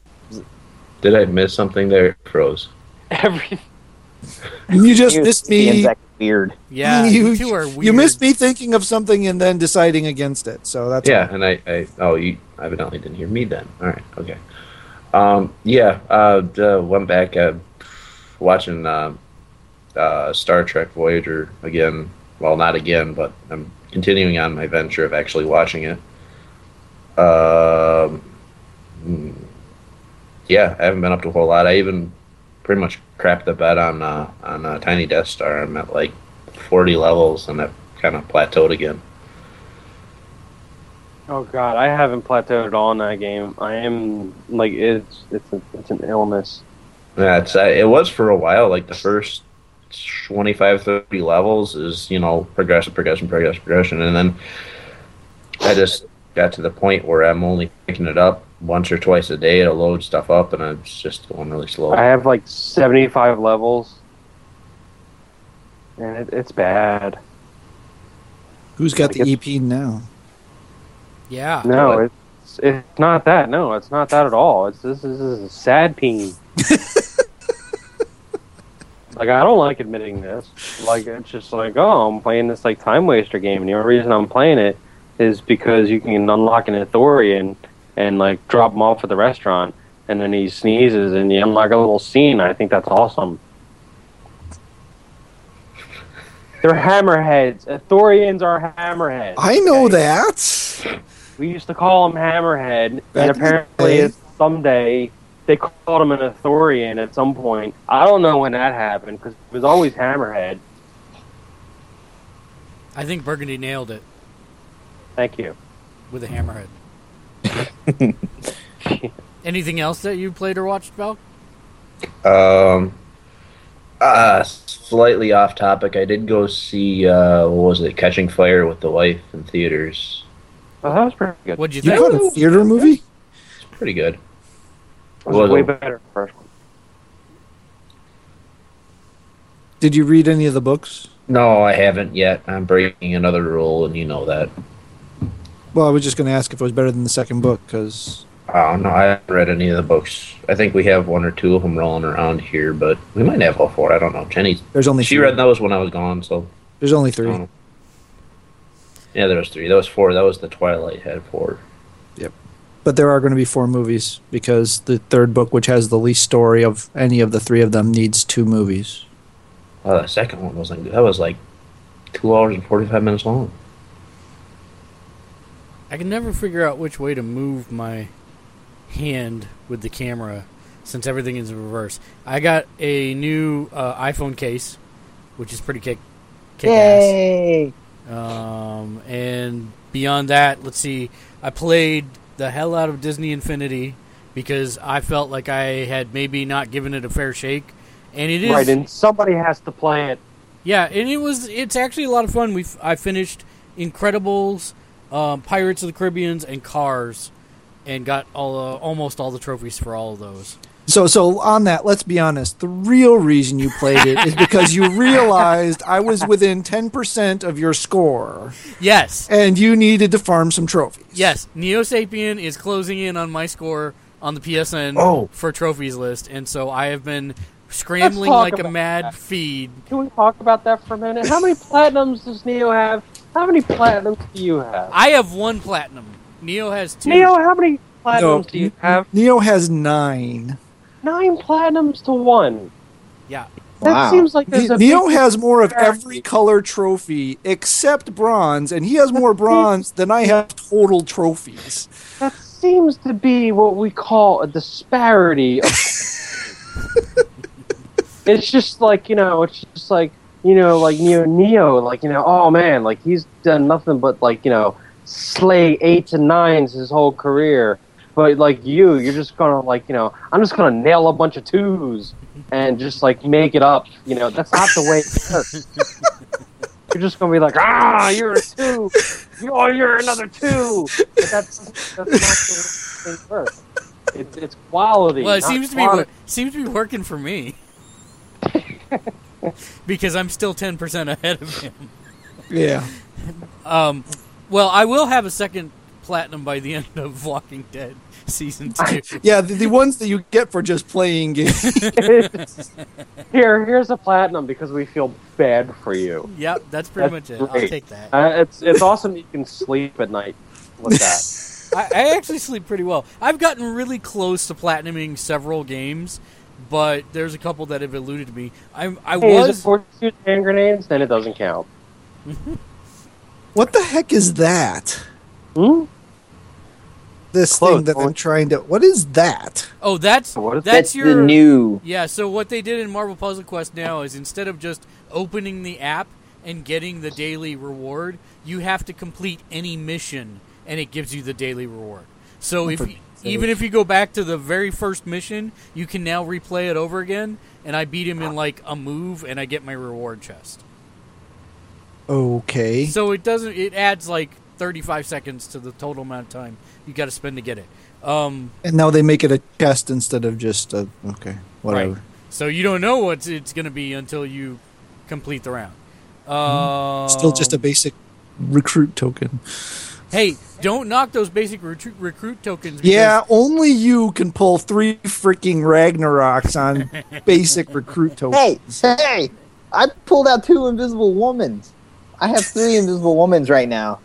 Did I miss something there? It froze. Every You just You- missed the me. insect weird. Yeah, you, two are weird. you missed me thinking of something and then deciding against it. So that's Yeah, and I, I oh you evidently didn't hear me then. All right, okay. Um, yeah, uh, uh, went back uh, watching uh, uh, Star Trek Voyager again. Well, not again, but I'm continuing on my venture of actually watching it. Um, mm, yeah, I haven't been up to a whole lot. I even pretty much crapped the bed on uh, on uh, Tiny Death Star. I'm at like 40 levels, and I've kind of plateaued again. oh god, I haven't plateaued all in that game. I am like it's it's a, it's an illness. Yeah, it's, uh, it was for a while. Like the first 25, 30 levels is, you know, progression, progression, progression, progression. And then I just got to the point where I'm only picking it up once or twice a day to load stuff up, and I'm just going really slow. I have like seventy five levels, and it, it's bad. who's got I the EP now? Yeah. No, What? it's it's not that. No, it's not that at all. It's this, is- this is a sad peen. like I don't like admitting this. Like it's just like oh, I'm playing this like time waster game, and the only reason I'm playing it is because you can unlock an Ithorian and like drop him off at the restaurant, and then he sneezes and you unlock a little scene. I think that's awesome. They're hammerheads. Ithorians are hammerheads. I know okay? that. We used to call him Hammerhead, Back in and the apparently day. it's someday they called him an Authorian at some point. I don't know when that happened because it was always Hammerhead. I think Burgundy nailed it Thank you. with a hammerhead. Anything else that you played or watched, Val? Um, uh, slightly off topic. I did go see, uh, what was it, Catching Fire with the Wife in theaters. Well, that was pretty good. What'd you You think? caught a theater movie? It's pretty good. It was was way a- better than the first one. Did you read any of the books? No, I haven't yet. I'm breaking another rule, and you know that. Well, I was just going to ask if it was better than the second book because Oh no, I haven't read any of the books. I think we have one or two of them rolling around here, but we might have all four. I don't know. Jenny, there's only she three. read Oh. those when I was gone, so There's only I three. don't know. Yeah, there was three. That was four. That was the Twilight had four. But there are going to be four movies because the third book, which has the least story of any of the three of them, needs two movies. Oh, the second one wasn't good. That was like two hours and forty-five minutes long. I can never figure out which way to move my hand with the camera since everything is in reverse. I got a new uh, iPhone case, which is pretty kick, kick ass. Yay! Um, and beyond that, let's see. I played the hell out of Disney Infinity because I felt like I had maybe not given it a fair shake, and it is Right, and somebody has to play it. yeah, and it was it's actually a lot of fun. We have I finished Incredibles, um, Pirates of the Caribbean's, and Cars, and got all uh, almost all the trophies for all of those. So, so on that, let's be honest. The real reason you played it is because you realized I was within ten percent of your score, Yes, and you needed to farm some trophies. yes. Neo Sapien is closing in on my score on the PSN Oh. for trophies list, and so I have been scrambling talk like a about mad that. feed. Can we talk about that for a minute? How many platinums does Neo have? How many platinums do you have? I have one platinum. Neo has two. Neo, how many platinums No, do you have? Neo has nine. Nine platinums to one. yeah, That Wow. seems like there's a Neo big has more of disparity. every color trophy except bronze, and he has more bronze than I have total trophies. That seems to be what we call a disparity. Of- it's just like you know, it's just like you know, like Neo Neo, like you know, oh man, like he's done nothing but like you know, slay eights and nines his whole career. But like you, you're just gonna like you know, I'm just gonna nail a bunch of twos and just like make it up. You know, that's not the way it works. you're just gonna be like, ah, you're a two, you're you're another two. But that's that's not the way it works. It's it's quality. Well, it not seems to be quantity. wor- seems to be working for me because I'm still ten percent ahead of him. Yeah. Um, well, I will have a second platinum by the end of Walking Dead season two. Yeah, the, the ones that you get for just playing games. Here, here's a platinum because we feel bad for you. yep, that's pretty That's much it. I'll great. take that. Uh, it's it's awesome that you can sleep at night with that. I, I actually sleep pretty well. I've gotten really close to platinuming several games, but there's a couple that have eluded me. I'm, I Hey, is it was. fortitude hand grenades? Then it doesn't count. what the heck is that? Hmm? This Close. thing that I'm trying to. What is that? Oh, that's What is- that's your the new. Yeah, so what they did in Marvel Puzzle Quest now is instead of just opening the app and getting the daily reward, you have to complete any mission and it gives you the daily reward. So if even if you go back to the very first mission, you can now replay it over again and I beat him in like a move and I get my reward chest. Okay. So it doesn't it adds like 35 seconds to the total amount of time you got to spend to get it. Um And now they make it a chest instead of just a. Okay. Whatever. Right. So you don't know what it's going to be until you complete the round. Uh, Mm-hmm. Still just a basic recruit token. Hey, don't knock those basic recruit, recruit tokens. because- Yeah, only you can pull three freaking Ragnaroks on basic recruit tokens. Hey, hey! I pulled out two Invisible Womans. I have three Invisible Womans right now,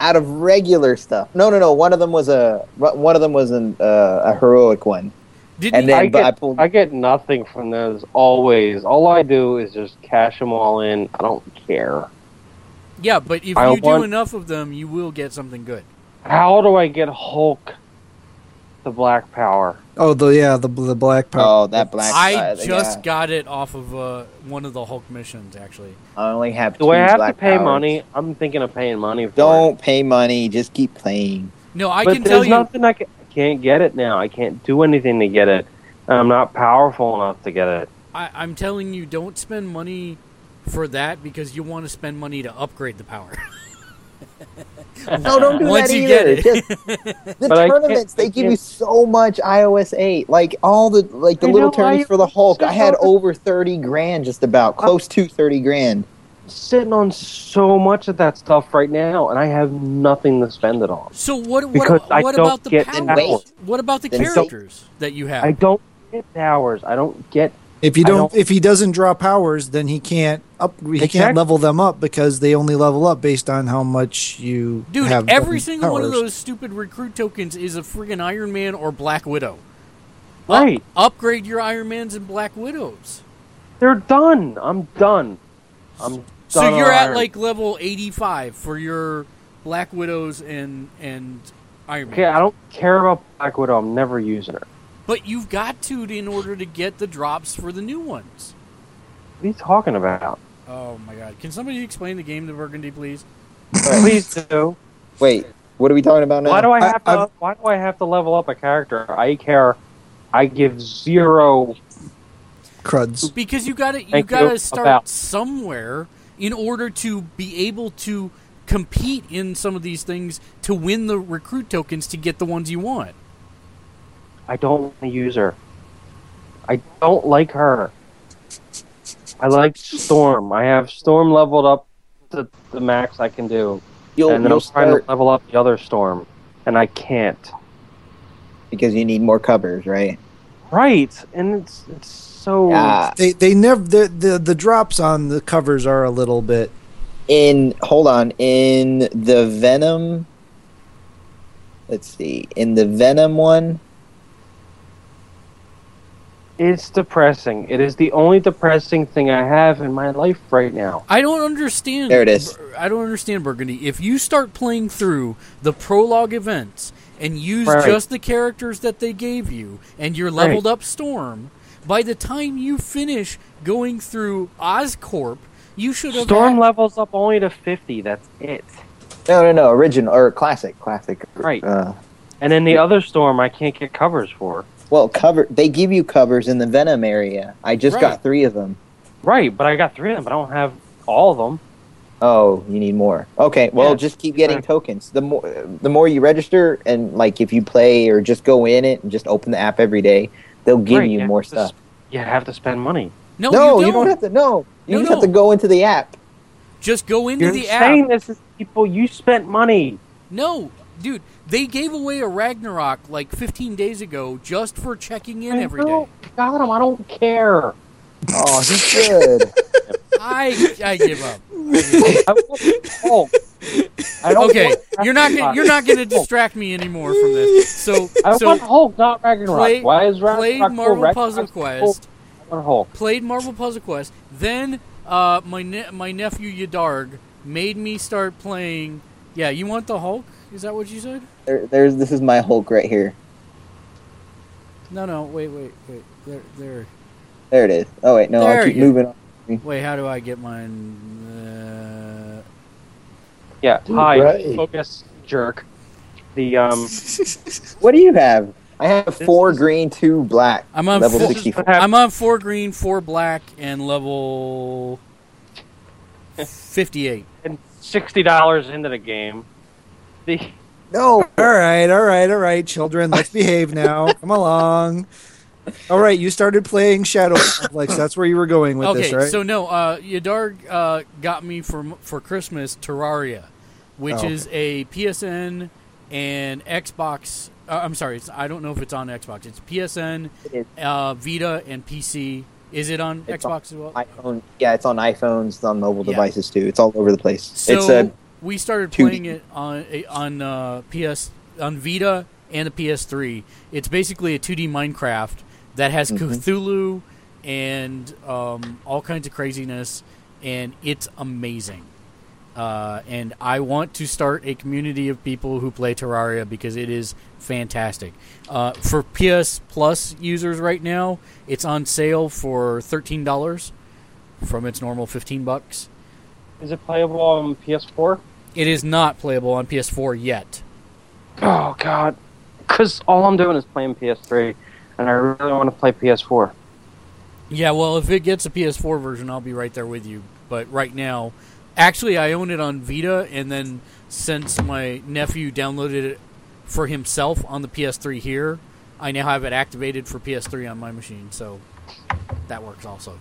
out of regular stuff. No, no, no. One of them was a one of them was an, uh, a heroic one. Didn't And you- then I but I get, pulled. I get nothing from those always. All I do is just cash them all in. I don't care. yeah, but if I you do want- enough of them, you will get something good. How do I get Hulk the Black Power? Oh, the yeah, the the black power. oh, that black. I uh, just yeah. got it off of uh, one of the Hulk missions, actually. I only have. Do two I have to black pay powers. money? I'm thinking of paying money for it. Don't pay money. Just keep playing. No, I but can there's tell you. nothing I, can, I can't get it now. I can't do anything to get it. I'm not powerful enough to get it. I, I'm telling you, don't spend money for that because you want to spend money to upgrade the power. No, don't do Once that you either. get Just, the But I can't- tournaments I they give you can't- so much iOS 8, like all the like the I little know, I- tournaments for the Hulk. I had I- over thirty grand, just Uh, about close to thirty grand. Sitting on so much of that stuff right now, and I have nothing to spend it on. So what? Because What, I what don't about the get powers? power. What about the Then don't- characters that you have? I don't get powers. I don't get. If you I don't, don't- if he doesn't draw powers, then he can't up. He can't Exact- level them up because they only level up based on how much you Dude, have every different single one of powers. those stupid recruit tokens is a friggin' Iron Man or Black Widow. Right. Upgrade your Iron Mans and Black Widows. They're done. I'm done. I'm done. So on you're at Iron- like level 85 for your Black Widows and and Iron Man. Okay, I don't care about Black Widow. I'm never using her. But you've got to in order to get the drops for the new ones. What are you talking about? Oh my god. Can somebody explain the game to Burgundy, please? Please do. Wait, what are we talking about now? Why do I I- have to? I'm- Why do I have to level up a character? I care. I give zero. cruds. Because you gotta you Thank gotta you. start About- somewhere in order to be able to compete in some of these things to win the recruit tokens to get the ones you want. I don't want to use her. I don't like her. I like Storm. I have Storm leveled up to the max I can do, You'll, and then you'll I'm trying start to level up the other Storm, and I can't. because you need more covers, right? Right, and it's it's so. Uh, They they never the, the the drops on the covers are a little bit. in hold on, in the Venom. Let's see, in the Venom one. It's depressing. It is the only depressing thing I have in my life right now. I don't understand. There it is. I don't understand Burgundy. If you start playing through the prologue events and use Right. just the characters that they gave you, and you're leveled up Storm, by the time you finish going through Oscorp, you should have Storm had- levels up only to 50. That's it. No, no, no. Original or classic, classic. Right. Uh, And then the other storm, I can't get covers for. Well, cover they give you covers in the Venom area. I just Right. got three of them. Right, but I got three of them, but I don't have all of them. Oh, you need more. Okay, well, Yeah. just keep getting Sure. tokens. The more the more you register, and like if you play or just go in it and just open the app every day, they'll give Right, you have more to stuff. sp- You have to spend money. No, no, you, don't. have to. No, you No, just no. have to go into the app. Just go into You're the saying app. this is people. You spent money. No, dude, they gave away a Ragnarok like 15 days ago just for checking in I every day. know. Got them. I don't care. Oh, he's good. I I give up. I want Hulk. I don't Okay, want you're not gonna, Ragnarok. you're not going to distract me anymore from this. So I so want Hulk, not Ragnarok. play- Why is Ragnarok played cool? Marvel Ragnarok's Puzzle cool. Quest, I want Hulk. played Marvel Puzzle Quest. Then uh, my ne- my nephew Yadarg made me start playing. Yeah, you want the Hulk? Is that what you said? there, there's this is my Hulk right here. No, no. Wait, wait, wait. There, there. There it is. Oh wait, no, There I'll keep you- moving. On. Wait, how do I get mine? Uh, Yeah. Dude, Hi. right. Focus, jerk. The um. What do you have? I have four is- green, two black. I'm on level full- This is sixty-four. what I'm happened. on four green, four black, and level fifty-eight. and sixty dollars into the game. The No, All right, all right, all right, children, let's behave now. Come along. All right, you started playing Shadow Complex. That's where you were going with okay, this, right? so no, uh, Yadarg uh, got me for for Christmas Terraria, which Oh, okay. is a PSN and Xbox. Uh, I'm sorry, it's, I don't know if it's on Xbox. It's PSN, It uh, Vita, and PC. Is it on It's Xbox as well? iPhone. Yeah, it's on iPhones. It's on mobile Yeah. devices too. It's all over the place. So it's a we started 2D. playing it on a- on uh, PS on Vita and the PS3. It's basically a 2D Minecraft that has Mm-hmm. Cthulhu and um, all kinds of craziness, and it's amazing. Uh, and I want to start a community of people who play Terraria because it is fantastic. Uh, for PS Plus users right now, it's on sale for thirteen dollars from its normal fifteen bucks. is it playable on PS4? It is not playable on PS4 yet. Oh God, because all I'm doing is playing PS3, and I really want to play PS4. Yeah, well, if it gets a PS4 version, I'll be right there with you. But right now, actually, I own it on Vita, and then since my nephew downloaded it for himself on the PS3 here, I now have it activated for PS3 on my machine, so that works also.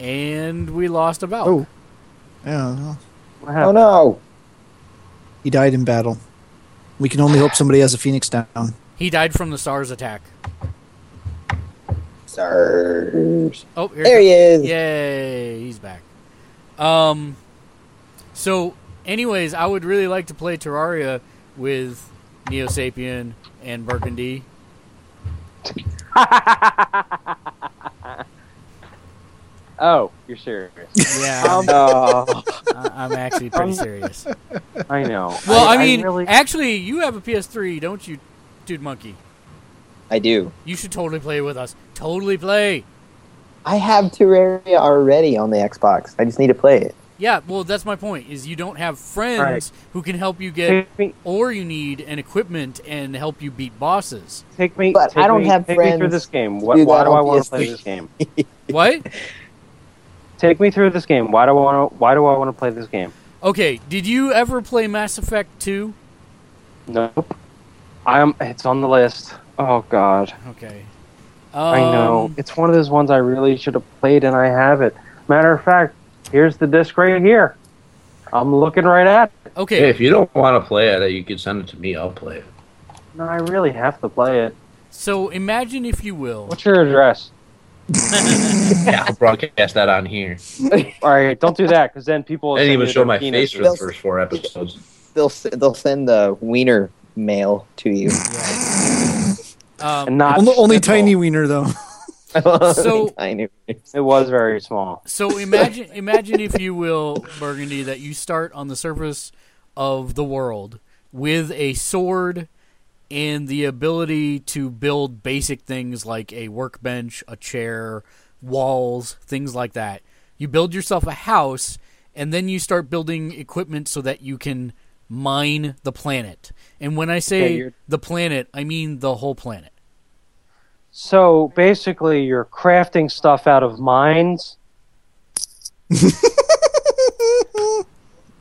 And we lost a Valk. Oh. yeah, well, What oh happened? no. he died in battle. We can only hope somebody has a phoenix down. He died from the SARS attack. Sirs. Oh, here There go- he is. Yay, he's back. Um, so, anyways, I would really like to play Terraria with Neo Sapien and Burgundy. Oh, you're serious. Yeah, Oh, I'm, I'm actually pretty serious. Um, I know. Well, I, mean, eh, really- actually, you have a PS3, don't you, Dude Monkey? I do. You should totally play with us. Totally play. I have Terraria already on the Xbox. I just need to play it. Yeah, well, that's my point. Is you don't have friends Right. who can help you get, take me, or you need an equipment and help you beat bosses. take me. But take I don't me- have take me through friends this game. to What, do why that do on I want to play PS3. this game? What? Take me through this game. Why do I want to? Why do I want to play this game? Okay, did you ever play Mass Effect 2? Nope. I'm. It's on the list. Oh God. Okay. I know. Um, It's one of those ones I really should have played, and I have it. Matter of fact, here's the disc right here. I'm looking right at it. Hey, Okay, if you don't want to play it, uh, you can send it to me. I'll play it. No, I really have to play it. so imagine, if you will. What's your address? Yeah, I'll broadcast that on here. All right, don't do that, because then people. will I didn't send even you show their my penis. face for the They'll- first four episodes. They'll s- they'll send the wiener mail to you. Um, And not. Only, only tiny wiener though. So- Tiny wieners. It was very small. so imagine, imagine, if you will, Burgundy, that you start on the surface of the world with a sword and the ability to build basic things like a workbench, a chair, walls, things like that. You build yourself a house, and then you start building equipment so that you can mine the planet. And when I Yeah, say you're- the planet, I mean the whole planet. So basically, you're crafting stuff out of mines.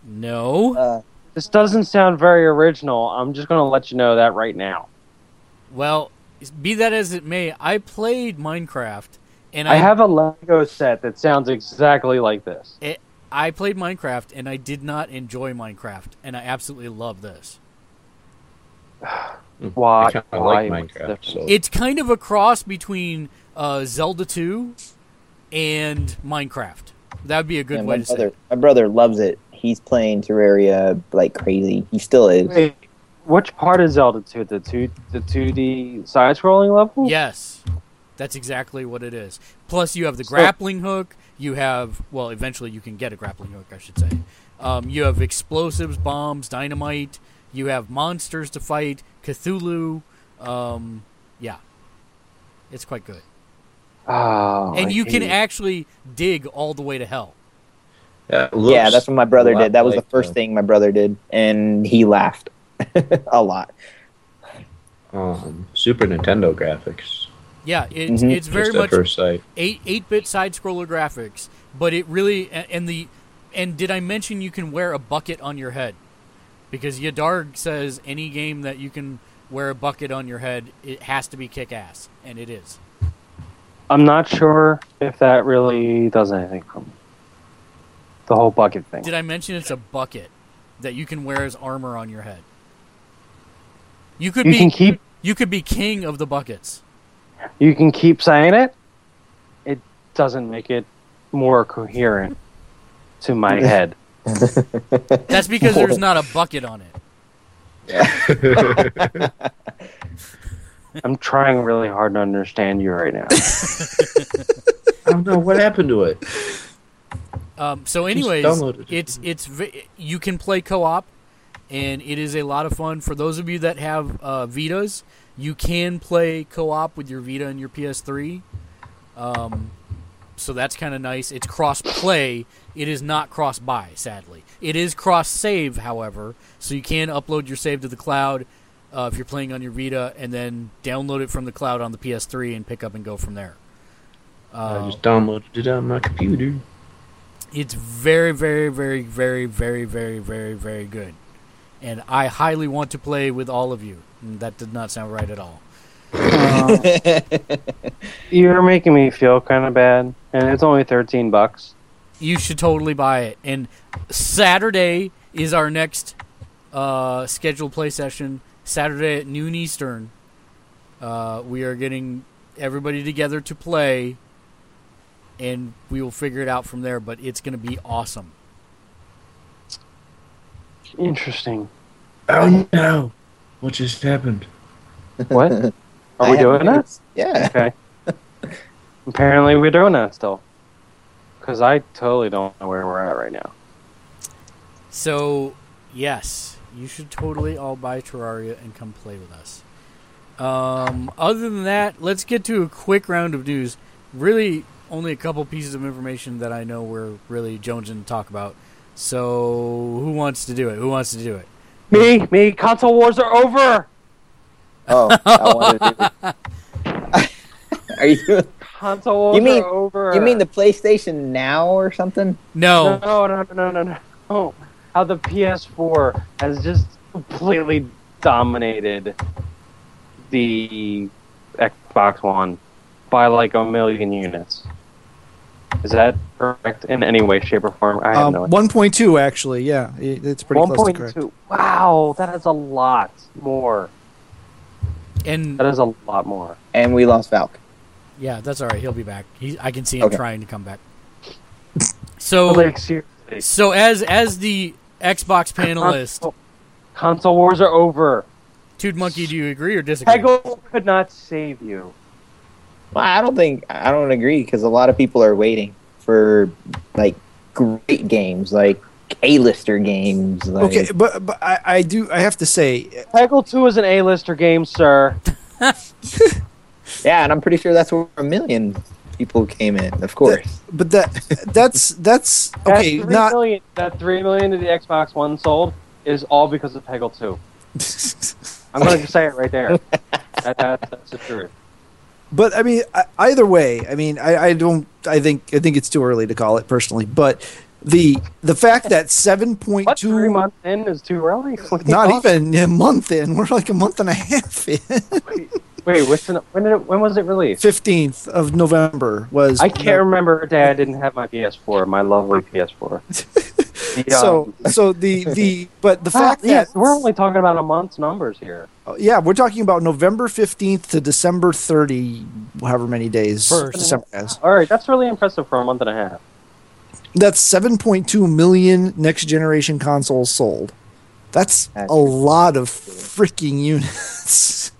No. This doesn't sound very original. I'm just going to let you know that right now. Well, be that as it may, I played Minecraft, and I, I have a Lego set that sounds exactly like this. it, I played Minecraft, and I did not enjoy Minecraft, and I absolutely love this. Why? Hmm. I kinda why like what's the Minecraft. difference? So It's kind of a cross between uh, Zelda 2 and Minecraft. That would be a good Yeah, way my to say. brother, It. my brother loves it. He's playing Terraria like crazy. He still is. Wait, which part is Zelda 2? The two the two D side scrolling level? Yes, that's exactly what it is. Plus, you have the grappling hook. You have well, eventually you can get a grappling hook, I should say. Um, you have explosives, bombs, dynamite. You have monsters to fight, Cthulhu. Um, yeah, it's quite good, Oh, I and you can see. actually dig all the way to hell. that looks Yeah, that's what my brother a lot did. That was the like uh, first thing my brother did, and he laughed a lot. Um, Super Nintendo graphics. Yeah, it's Mhm. it's very Mm-hmm. just at much first sight. eight eight bit side scroller graphics, but it really a- and the and did I mention you can wear a bucket on your head? Because Yadarg says any game that you can wear a bucket on your head, it has to be kick ass, and it is. I'm not sure if that really does anything for me. The whole bucket thing. Did I mention it's a bucket that you can wear as armor on your head? You could you be can keep you could be king of the buckets. you can keep saying it. It doesn't make it more coherent to my head. That's because there's not a bucket on it. I'm trying really hard to understand you right now. I don't know what happened to it. Um, so, anyways, download it. it's it's v- you can play co-op, and it is a lot of fun for those of you that have uh, Vitas. You can play co-op with your Vita and your PS3, um, so that's kind of nice. It's cross-play. It is not cross-buy, sadly. It is cross-save, however, so you can upload your save to the cloud uh, if you're playing on your Vita, and then download it from the cloud on the PS3 and pick up and go from there. I just downloaded it on my computer. It's very, very, very, very, very, very, very, very good. And I highly want to play with all of you. And That did not sound right at all. You're making me feel kind of bad, and it's only 13 bucks. You should totally buy it. And Saturday is our next uh, scheduled play session. Saturday at noon Eastern. Uh, we are getting everybody together to play, and we will figure it out from there. But it's going to be awesome. Interesting. Oh no! What just happened? What? Are I we have doing that? notes. Yeah. Okay. Apparently, we're doing that still. Because I totally don't know where we're at right now. So, yes, you should totally all buy Terraria and come play with us. Um, other than that, let's get to a quick round of news. Really, only a couple pieces of information that I know we're really jonesing to talk about. So, who wants to do it? Who wants to do it? Me, me, console wars are over! Oh, I wanted to. Are you? Console wars You mean- are over. You mean the PlayStation Now or something? No, No, no, no, no, no, no. How the PS4 has just completely dominated the Xbox One by like a million units. Is that correct in any way, shape, or form? I have Um, no idea. 1.2 actually. Yeah, it, it's pretty close to correct. 1.2. Wow, that is a lot more. and That is a lot more. And we lost Valk. yeah, that's all right. He'll be back. He, I can see him Okay. trying to come back. Oh. So, Like, seriously. so as as the Xbox panelist, Console, console wars are over. Dude Monkey, do you agree or disagree? Peggle could not save you. Well, I don't think I don't agree because a lot of people are waiting for like great games, like A-lister games. Like, Okay, but but I, I do I have to say Peggle 2 is an A-lister game, sir. Yeah, and I'm pretty sure that's where a million people came in. Of course. but that that's that's That okay three not million- that three million of the Xbox One sold is all because of Peggle 2. I'm going to say it right there. That, that, that's the truth. but I mean, I, either way, I mean, I, I don't. I think I think it's too early to call it personally, but the the fact that seven point What, three two, months in is too early? What the not hell? even a month in, we're like a month and a half in. e-, Wait, which, when, did it, when was it released? Fifteenth of November was. I can't remember a day I didn't have my PS4, my lovely PS4. The, um, So so the the but the ah, fact yeah, that we're only talking about a month's numbers here. yeah we're talking about November fifteenth to December thirty, however many days First. December has. All right, that's really impressive for a month and a half. That's 7.2 million next generation consoles sold. That's That's a lot of freaking units.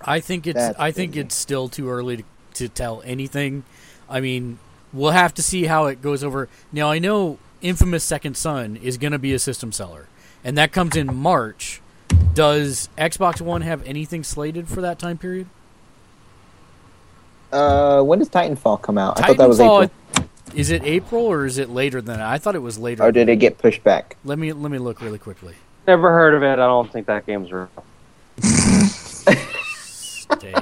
I think it's That's I think crazy. it's still too early to, to tell anything. I mean, we'll have to see how it goes over. Now I know Infamous Second Son is going to be a system seller, and that comes in March. Does Xbox One have anything slated for that time period? Uh, when does Titanfall come out? I thought that was Titanfall. April. Is it April or is it later than that? I thought it was later. Or did it get pushed back? let me let me look really quickly. Never heard of it. I don't think that game's real. Date.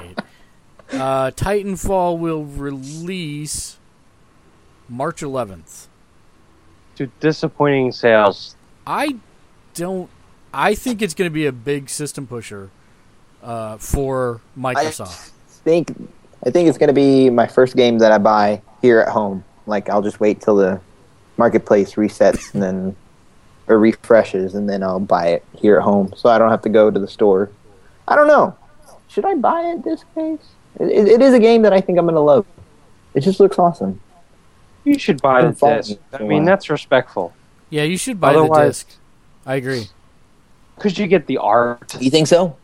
uh, Titanfall will release March 11th. To disappointing sales. I don't. I think it's going to be a big system pusher uh, for Microsoft. think I think it's going to be my first game that I buy here at home. Like I'll just wait till the marketplace resets and then or refreshes, and then I'll buy it here at home, so I don't have to go to the store. I don't know. Should I buy it this case? It, it, it is a game that I think I'm going to love. It just looks awesome. You should buy the Been following disc. it for I a mean, while. that's respectful. yeah, you should buy the Otherwise- disc. I agree. Because you get the art. You think so?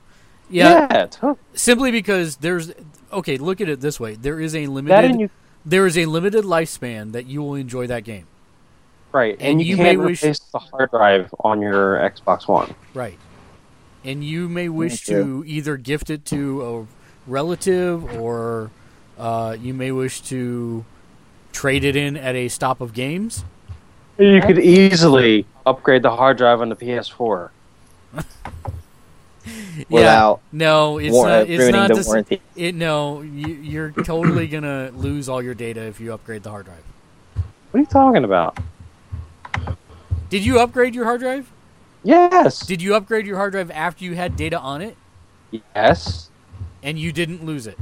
Yeah, totally. simply because there's okay. Look at it this way: there is a that and limited you there is a limited lifespan that you will enjoy that game. right, and, and you, you may can't wish- replace the hard drive on your Xbox One. Right. And you may wish to true. either gift it to a relative or uh, you may wish to trade it in at a stop of games. You could easily upgrade the hard drive on the PS4. Without yeah. No, it's war- not it's ruining not the this, warranty. It no, you, you're totally gonna lose all your data if you upgrade the hard drive. What are you talking about? Did you upgrade your hard drive? Yes. Did you upgrade your hard drive after you had data on it yes. and you didn't lose it?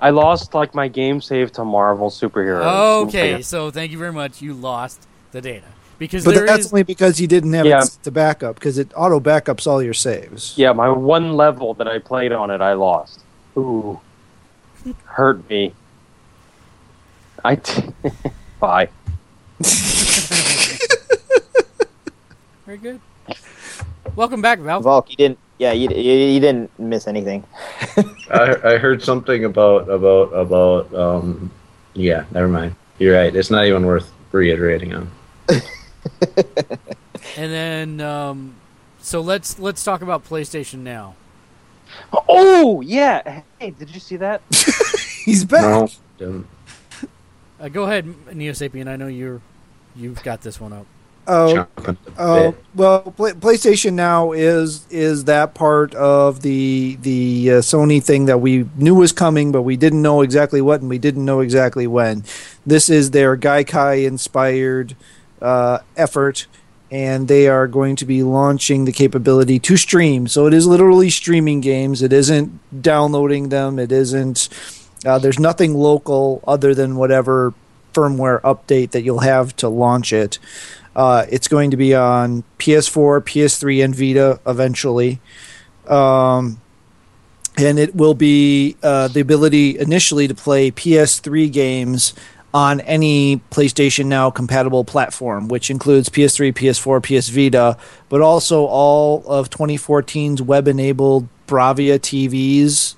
I lost like my game save to Marvel superheroes. Oh, Okay, so thank you very much. You lost the data because But there that's is only because you didn't have Yeah. it to back up because it auto backups all your saves. Yeah, my one level that I played on it, I lost. Ooh, hurt me. I t- bye. very good. Welcome back, Val. Volk, you didn't. Yeah, you, you, you didn't miss anything. I, I heard something about about about um yeah never mind you're right it's not even worth reiterating on And then, um, so let's let's talk about PlayStation now. Oh yeah. Hey, did you see that? He's back. no don't. Uh, go ahead, Neo Sapien. I know you're you've got this one up. Oh, chomp at the Oh bit. well, Pla PlayStation Now is is that part of the the uh, Sony thing that we knew was coming, but we didn't know exactly what and we didn't know exactly when. This is their Gaikai inspired uh, effort, and they are going to be launching the capability to stream. So it is literally streaming games. It isn't downloading them. It isn't. Uh, there's nothing local other than whatever firmware update that you'll have to launch it. Uh, it's going to be on PS4, PS3, and Vita eventually. Um, and it will be uh, the ability initially to play PS3 games on any PlayStation Now compatible platform, which includes PS3, PS4, PS Vita, but also all of 2014's web enabled Bravia TVs.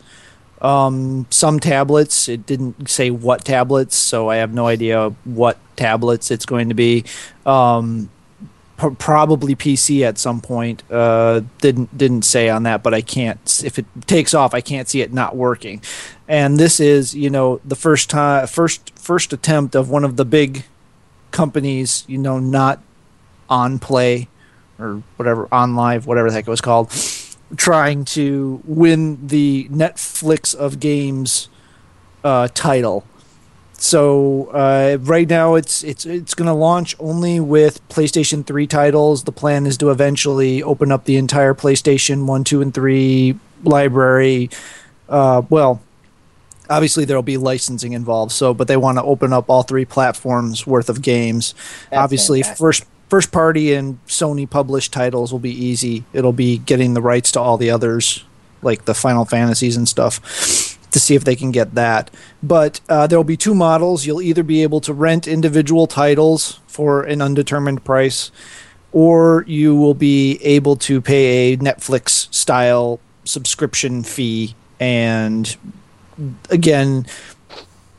Um, some tablets. It didn't say what tablets, so I have no idea what tablets it's going to be. Um, p- probably PC at some point. Uh, didn't didn't say on that, but I can't. s- If it takes off, I can't see it not working. And this is, you know, the first time, first first attempt of one of the big companies, you know, not on play or whatever on live whatever the heck it was called trying to win the netflix of games uh, title so uh, right now it's it's it's going to launch only with playstation 3 titles the plan is to eventually open up the entire playstation 1 2 and 3 library uh, well obviously there'll be licensing involved so but they want to open up all three platforms worth of games That's obviously fantastic. first first party and sony published titles will be easy it'll be getting the rights to all the others like the final fantasies and stuff to see if they can get that but uh, there'll be two models you'll either be able to rent individual titles for an undetermined price or you will be able to pay a netflix style subscription fee and again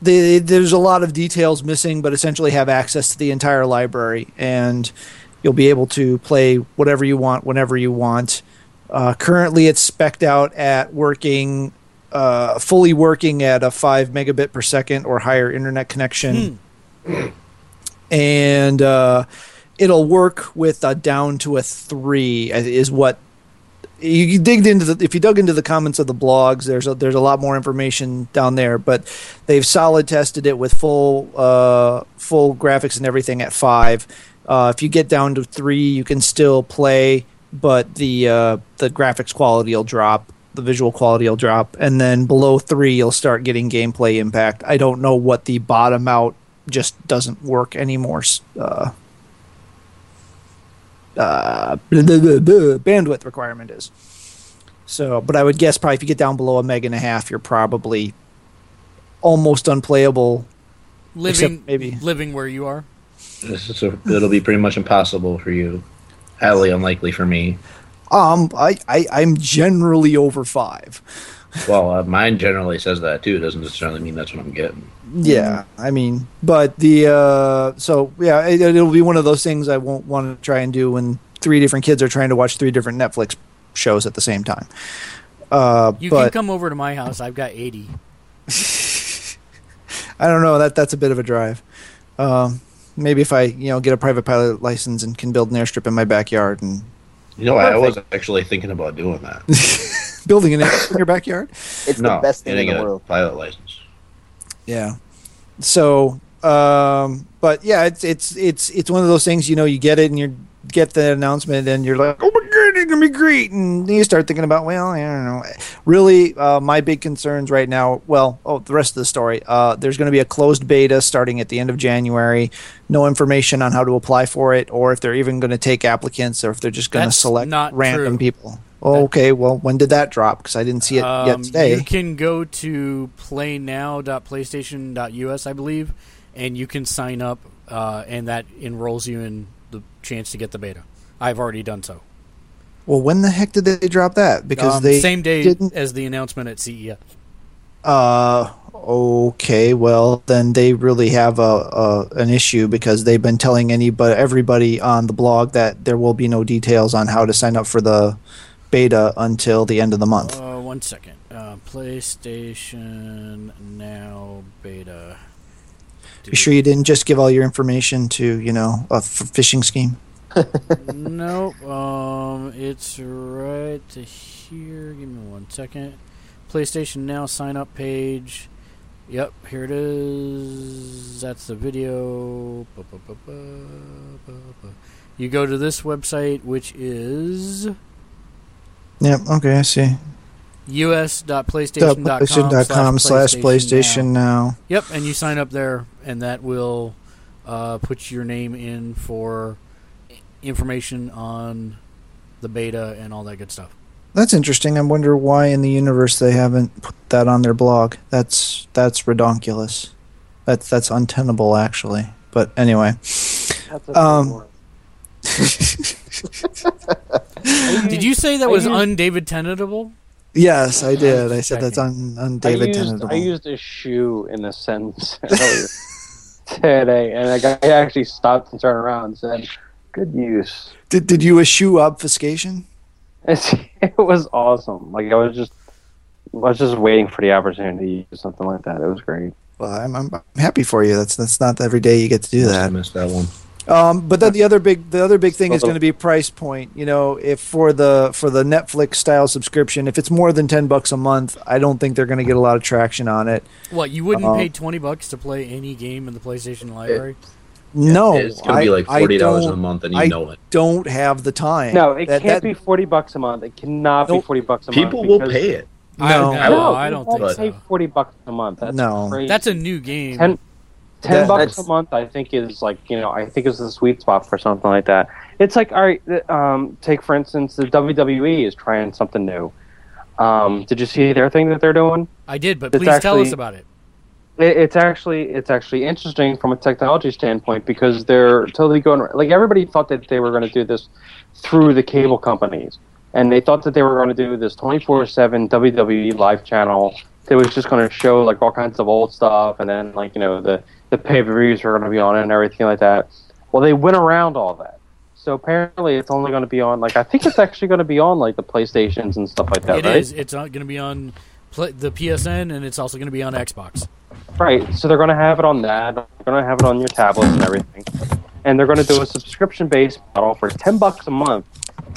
the, there's a lot of details missing but essentially have access to the entire library and you'll be able to play whatever you want whenever you want uh, currently it's specced out at working uh, fully working at a 5 megabit per second or higher internet connection and uh, it'll work with a down to a 3 is what you, you digged into the if you dug into the comments of the blogs there's a, there's a lot more information down there but they've solid tested it with full uh, full graphics and everything at five uh, if you get down to three you can still play but the uh, the graphics quality will drop the visual quality will drop and then below three you'll start getting gameplay impact I don't know what the bottom out just doesn't work anymore s- uh, uh, blah, blah, blah, blah, bandwidth requirement is. So, but I would guess probably if you get down below a meg and a half, you're probably almost unplayable. Living Except maybe- living where you are. This is a, it'll be pretty much impossible for you. Highly unlikely for me. Um, I, I I'm generally over five. Well, uh, mine generally says that too. It doesn't necessarily mean that's what I'm getting. Mm. Yeah, I mean, but the uh, so yeah, it, it'll be one of those things I won't want to try and do when three different kids are trying to watch three different Netflix shows at the same time. Uh, You but can come over to my house. I've got 80. I don't know. That that's a bit of a drive. Um, maybe if I you know get a private pilot license and can build an airstrip in my backyard and You know, I was actually thinking about doing that. building an airstrip in your backyard. It's no, the best thing in getting the a world. pilot license. Yeah. So, um, but yeah, it's it's it's it's one of those things. You know, you get it and you get the announcement, and you're like, oh my god, it's gonna be great, and you start thinking about, well, I don't know. Really, uh, my big concerns right now. Well, oh, the rest of the story. Uh, there's going to be a closed beta starting at the end of January. No information on how to apply for it, or if they're even going to take applicants, or if they're just going to That's select not random true. people. Okay, well, when did that drop? Because I didn't see it yet Um, today. You can go to playnow.playstation.us, I believe, and you can sign up, uh, and that enrolls you in the chance to get the beta. I've already done so. Well, when the heck did they drop that? Because Um, they same day didn't. as the announcement at E CES. Uh, okay, well then they really have a, a an issue because they've been telling anybody everybody on the blog that there will be no details on how to sign up for the beta until the end of the month. Uh, one second. Uh, PlayStation Now beta. Be sure you didn't just give all your information to you know a f- phishing scheme. Nope. Um, it's right to here. Give me one second. PlayStation Now sign up page. Yep, here it is. That's the video. Ba, ba, ba, ba, ba, ba. You go to this website, which is Yep. Okay, I see. us.playstation.com slash PlayStation Now. now. Yep, and you sign up there, and that will uh, put your name in for information on the beta and all that good stuff. That's interesting. I wonder why in the universe they haven't put that on their blog. That's that's redonkulous. That's that's untenable actually. But anyway, That's a Um, word. Did you say that I was used- un-David Tenable? yes, I did. I said that's on, on David I used, Tenable. I used a shoe in a sentence earlier today, and I, got, I actually stopped and turned around and said, "Good use." did did you eschew obfuscation? It's, it was awesome. Like I was just, I was just waiting for the opportunity to do something like that. It was great. Well, I'm, I'm I'm happy for you. That's that's not every day you get to do I that. missed that one. Um, but then the other big the other big thing is Uh-oh. going to be price point. You know, if for the for the Netflix style subscription, if it's more than ten bucks a month, I don't think they're going to get a lot of traction on it. What you wouldn't Um, pay twenty bucks to play any game in the PlayStation library? No, it's gonna be Oh, I- like I forty dollars don't- a month, and you I know it. Don't have the time. No, it That- can't that- be forty bucks a month. It cannot Nope. be forty bucks a People month. will because- pay it. no, No. I will. I don't you think won't so. uh, Pay forty bucks a month. That's No. crazy. That's a new game. ten. Ten That- bucks a that's- month, I think, is like you know, I think is the sweet spot for something like that. It's like all right, th- um, take for instance, the WWE is trying something new. Um, did you see their thing that they're doing? I did, but It's please tell actually- us about it. It, it's actually it's actually interesting from a technology standpoint because they're totally going like everybody thought that they were going to do this through the cable companies, and they thought that they were going to do this twenty four seven WWE live channel that was just going to show like all kinds of old stuff, and then like you know the the pay per views were going to be on it and everything like that. Well, they went around all that. So apparently, it's only going to be on like I think it's actually going to be on like the PlayStations and stuff It like that, is. right? It's not going to be on pla the PSN, and it's also going to be on Xbox. Right. So they're going to have it on that. They're going to have it on your tablet and everything. And they're going to do a subscription-based model for ten bucks a month,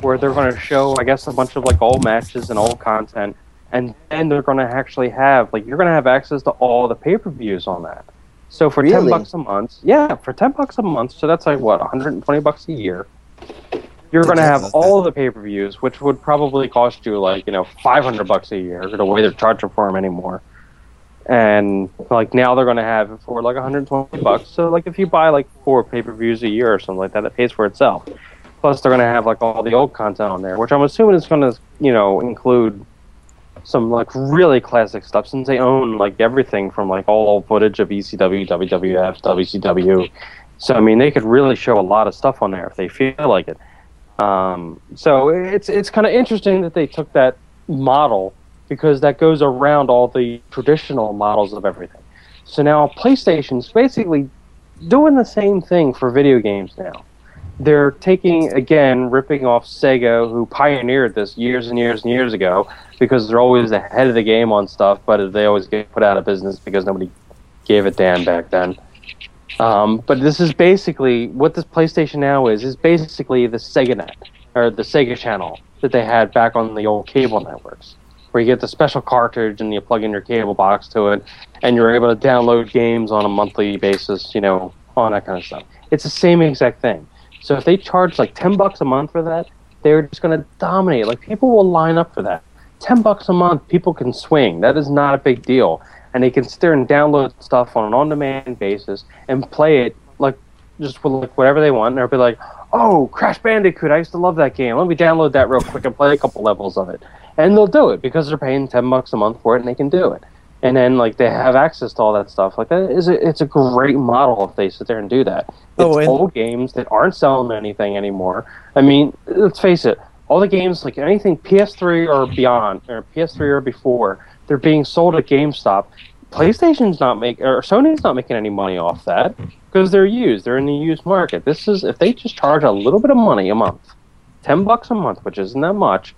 where they're going to show, I guess, a bunch of like old matches and old content, and then they're going to actually have like you're going to have access to all the pay-per-views on that. So for ten Really? bucks a month, yeah, for ten bucks a month, so that's like what 120 bucks a year. You're going to have all the pay-per-views, which would probably cost you like you know 500 bucks a year, the way they're charging for them anymore and like now they're going to have it for like 120 bucks. So like if you buy like four pay-per-views a year or something like that, it pays for itself. Plus they're going to have like all the old content on there, which I'm assuming is going to you know include some like really classic stuff since they own like everything from like all old footage of E ECW, WWF, WCW. So I mean they could really show a lot of stuff on there if they feel like it. Um, so it's it's kind of interesting that they took that model because that goes around all the traditional models of everything. So now PlayStation's basically doing the same thing for video games now. They're taking again ripping off Sega who pioneered this years and years and years ago because they're always ahead of the game on stuff, but they always get put out of business because nobody gave a damn back then. Um, but this is basically what this PlayStation now is is basically the Sega Net or the Sega Channel that they had back on the old cable networks where you get the special cartridge and you plug in your cable box to it, and you're able to download games on a monthly basis, you know, all that kind of stuff. It's the same exact thing. So if they charge like ten bucks a month for that, they're just going to dominate. Like people will line up for that. Ten bucks a month, people can swing. That is not a big deal, and they can sit there and download stuff on an on-demand basis and play it like just with like whatever they want. And they'll be like, "Oh, Crash Bandicoot! I used to love that game. Let me download that real quick and play a couple levels of it." and they'll do it because they're paying 10 bucks a month for it and they can do it and then like they have access to all that stuff like that is a, it's a great model if they sit there and do that it's Oh, and- old games that aren't selling anything anymore i mean let's face it all the games like anything ps3 or beyond or ps3 or before they're being sold at gamestop playstation's not making or sony's not making any money off that because they're used they're in the used market this is if they just charge a little bit of money a month 10 bucks a month which isn't that much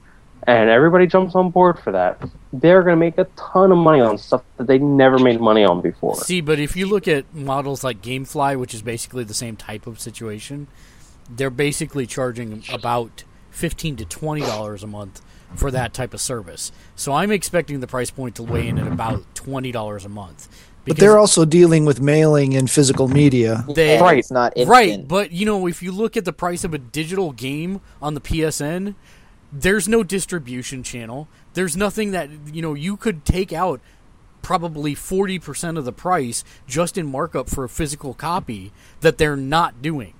and everybody jumps on board for that, they're going to make a ton of money on stuff that they never made money on before. See, but if you look at models like GameFly, which is basically the same type of situation, they're basically charging about fifteen to twenty dollars a month for that type of service. So I'm expecting the price point to weigh in at about twenty dollars a month. But they're also dealing with mailing and physical media. They- And It's not instant. Right, but you know, if you look at the price of a digital game on the PSN, there's no distribution channel. There's nothing that you know you could take out probably 40% of the price just in markup for a physical copy that they're not doing.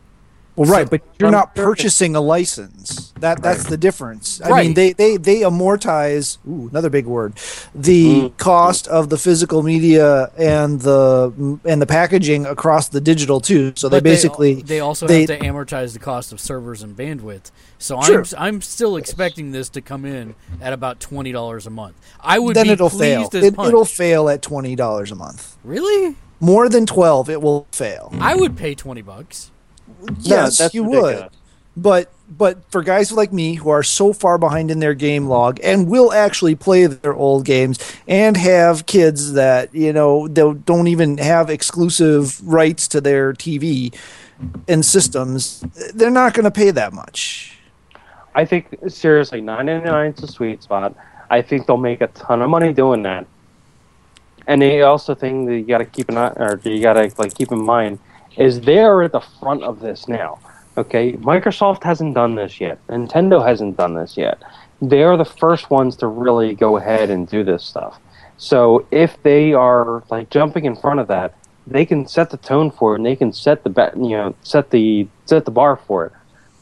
Well, right, but you're not purchasing a license. That that's the difference. I mean, Right. they they they amortize. Ooh, another big word. The cost of the physical media and the and the packaging across the digital too. So they But basically they, also they- have to amortize the cost of servers and bandwidth. So Sure. I'm I'm still expecting this to come in at about $20 a month. I would then be it'll fail. pleased as It, punch. it'll fail at twenty dollars a month. really? More than twelve, it will fail. I would pay 20 bucks. yes, that's you ridiculous. would. But but for guys like me who are so far behind in their game log and will actually play their old games and have kids that you know they don't even have exclusive rights to their TV, and systems, they're not going to pay that much. I think seriously, nine ninety nine is a sweet spot. I think they'll make a ton of money doing that. And the also thing that you got to keep an eye, or you got to like keep in mind is they are at the front of this now. Okay, Microsoft hasn't done this yet. Nintendo hasn't done this yet. They are the first ones to really go ahead and do this stuff. So if they are like jumping in front of that, they can set the tone for it, and they can set the ba- you know set the set the bar for it.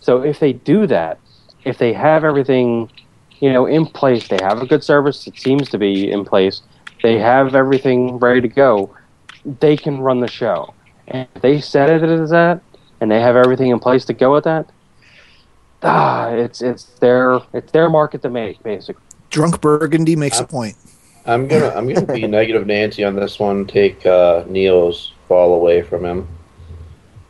So if they do that, if they have everything, you know, in place, they have a good service that seems to be in place, they have everything ready to go, they can run the show. And if they set it as that, and they have everything in place to go with that, ah, it's it's their it's their market to make, basically. Drunk Burgundy makes a point. I'm gonna I'm gonna be negative Nancy on this one. Take uh, Neo's ball away from him,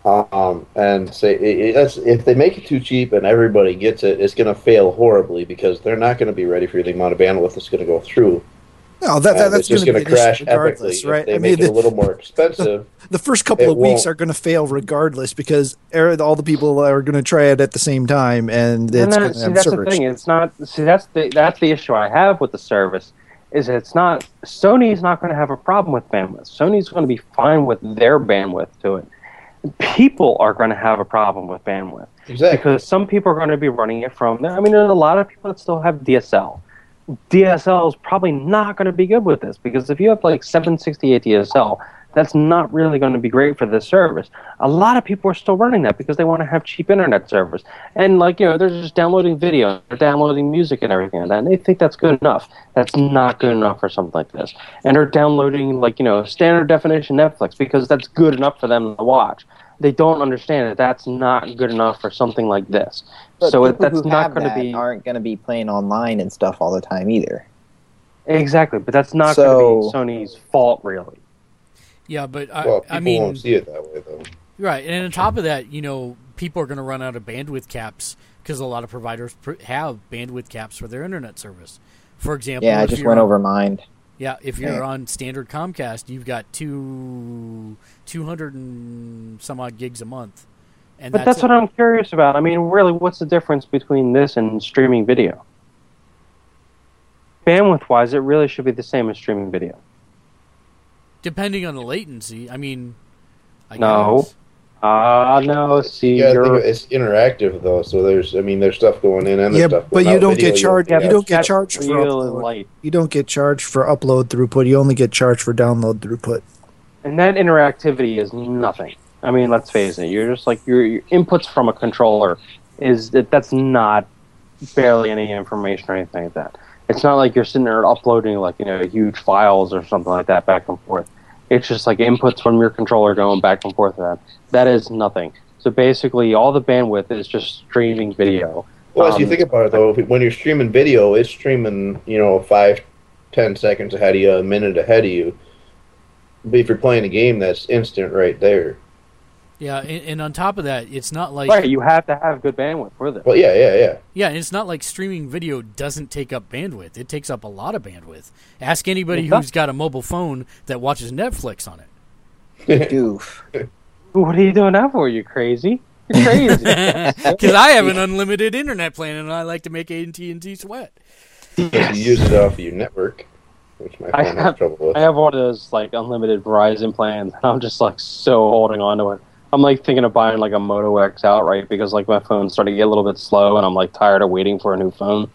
um, and say i- i- that's if they make it too cheap and everybody gets it, it's gonna fail horribly because they're not gonna be ready for the amount of bandwidth that's gonna go through. No, that, that- Uh, that's it's just going to gonna be an issue crash regardless, epically. If right? they I make mean, it the, a little more expensive. the first couple it of weeks won't. are going to fail regardless because er- all the people are going to try it at the same time, and it's And going that- to see, have that's surge. the thing. It's not. See, that's the that's the issue I have with the service is that it's not. Sony's not going to have a problem with bandwidth. Sony's going to be fine with their bandwidth to it. People are going to have a problem with bandwidth Exactly. because some people are going to be running it from there. I mean, there's a lot of people that still have DSL. DSL is probably not going to be good with this because if you have like 768 DSL, that's not really going to be great for this service. A lot of people are still running that because they want to have cheap internet service. And like, you know, they're just downloading video, they're downloading music and everything like that. And they think that's good enough. That's not good enough for something like this. And they're downloading like, you know, standard definition Netflix because that's good enough for them to watch they don't understand that that's not good enough for something like this. But so it, people that's who not have going to that be aren't going to be playing online and stuff all the time either. exactly, but that's not So- going to be Sony's fault, really. Yeah, but I, Well, people I mean, won't see it that way though. Right, and on top of that, you know, people are going to run out of bandwidth caps because a lot of providers pr- have bandwidth caps for their internet service. For example, Yeah, I if just you're went on- over mine. Yeah, if you're Yeah. on standard Comcast, you've got two two hundred and some odd gigs a month, and But that's, it. what I'm curious about. I mean, really, what's the difference between this and streaming video? Bandwidth-wise, it really should be the same as streaming video. depending on the latency. I mean, I No. guess. Ah, no, see, Yeah, I think you're it's interactive though, so there's I mean there's stuff going in and there's Yeah, stuff but going you out. don't Video, get charged. yeah, you don't get that's charged for really upload. light. You don't get charged for upload throughput. You only get charged for download throughput. and that interactivity is nothing. I mean, let's face it. You're just like your, your inputs from a controller is that that's not barely any information or anything like that. It's not like you're sitting there uploading like you know huge files or something like that back and forth. It's just like inputs from your controller going back and forth. And that that is nothing. So basically, all the bandwidth is just streaming video. Well, as you Um, think about it, though, if- when you're streaming video, it's streaming, you know, five, ten seconds ahead of you, a minute ahead of you. But if you're playing a game, that's instant right there. Yeah, and, and on top of that, it's not like Right, you have to have good bandwidth for this. Well, yeah, yeah, yeah. Yeah, and it's not like streaming video doesn't take up bandwidth. It takes up a lot of bandwidth. Ask anybody Yeah. who's got a mobile phone that watches Netflix on it. Doof. What are you doing that for? You crazy? You're crazy. Because I have an unlimited internet plan and I like to make AT&T sweat. If You use it off of your network, which my I phone has have- trouble with. I have one of those like unlimited Verizon plans, and I'm just like so holding on to it. I'm like thinking of buying like a Moto X outright because like my phone's starting to get a little bit slow, and I'm like tired of waiting for a new phone.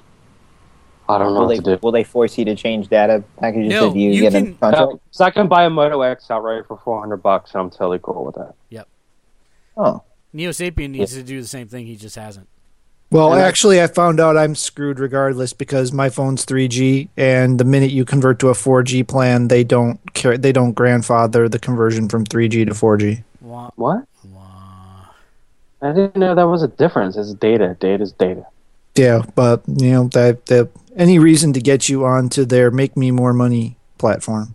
I don't know Will what to they, do. will they force you to change data packages No, if you, you get can- a contract? No, 'cause I can buy a Moto X outright for 400 bucks, and I'm totally cool with that. Oh, Neo Sapien needs to do the same thing. He just hasn't. Well, And I- actually, I found out I'm screwed regardless because my phone's 3G, and the minute you convert to a 4G plan, they don't care. They don't grandfather the conversion from 3G to 4G. Wah, What? wah. I didn't know that was a difference. It's data. Data's data. Yeah, but you know that that any reason to get you onto their make me more money platform.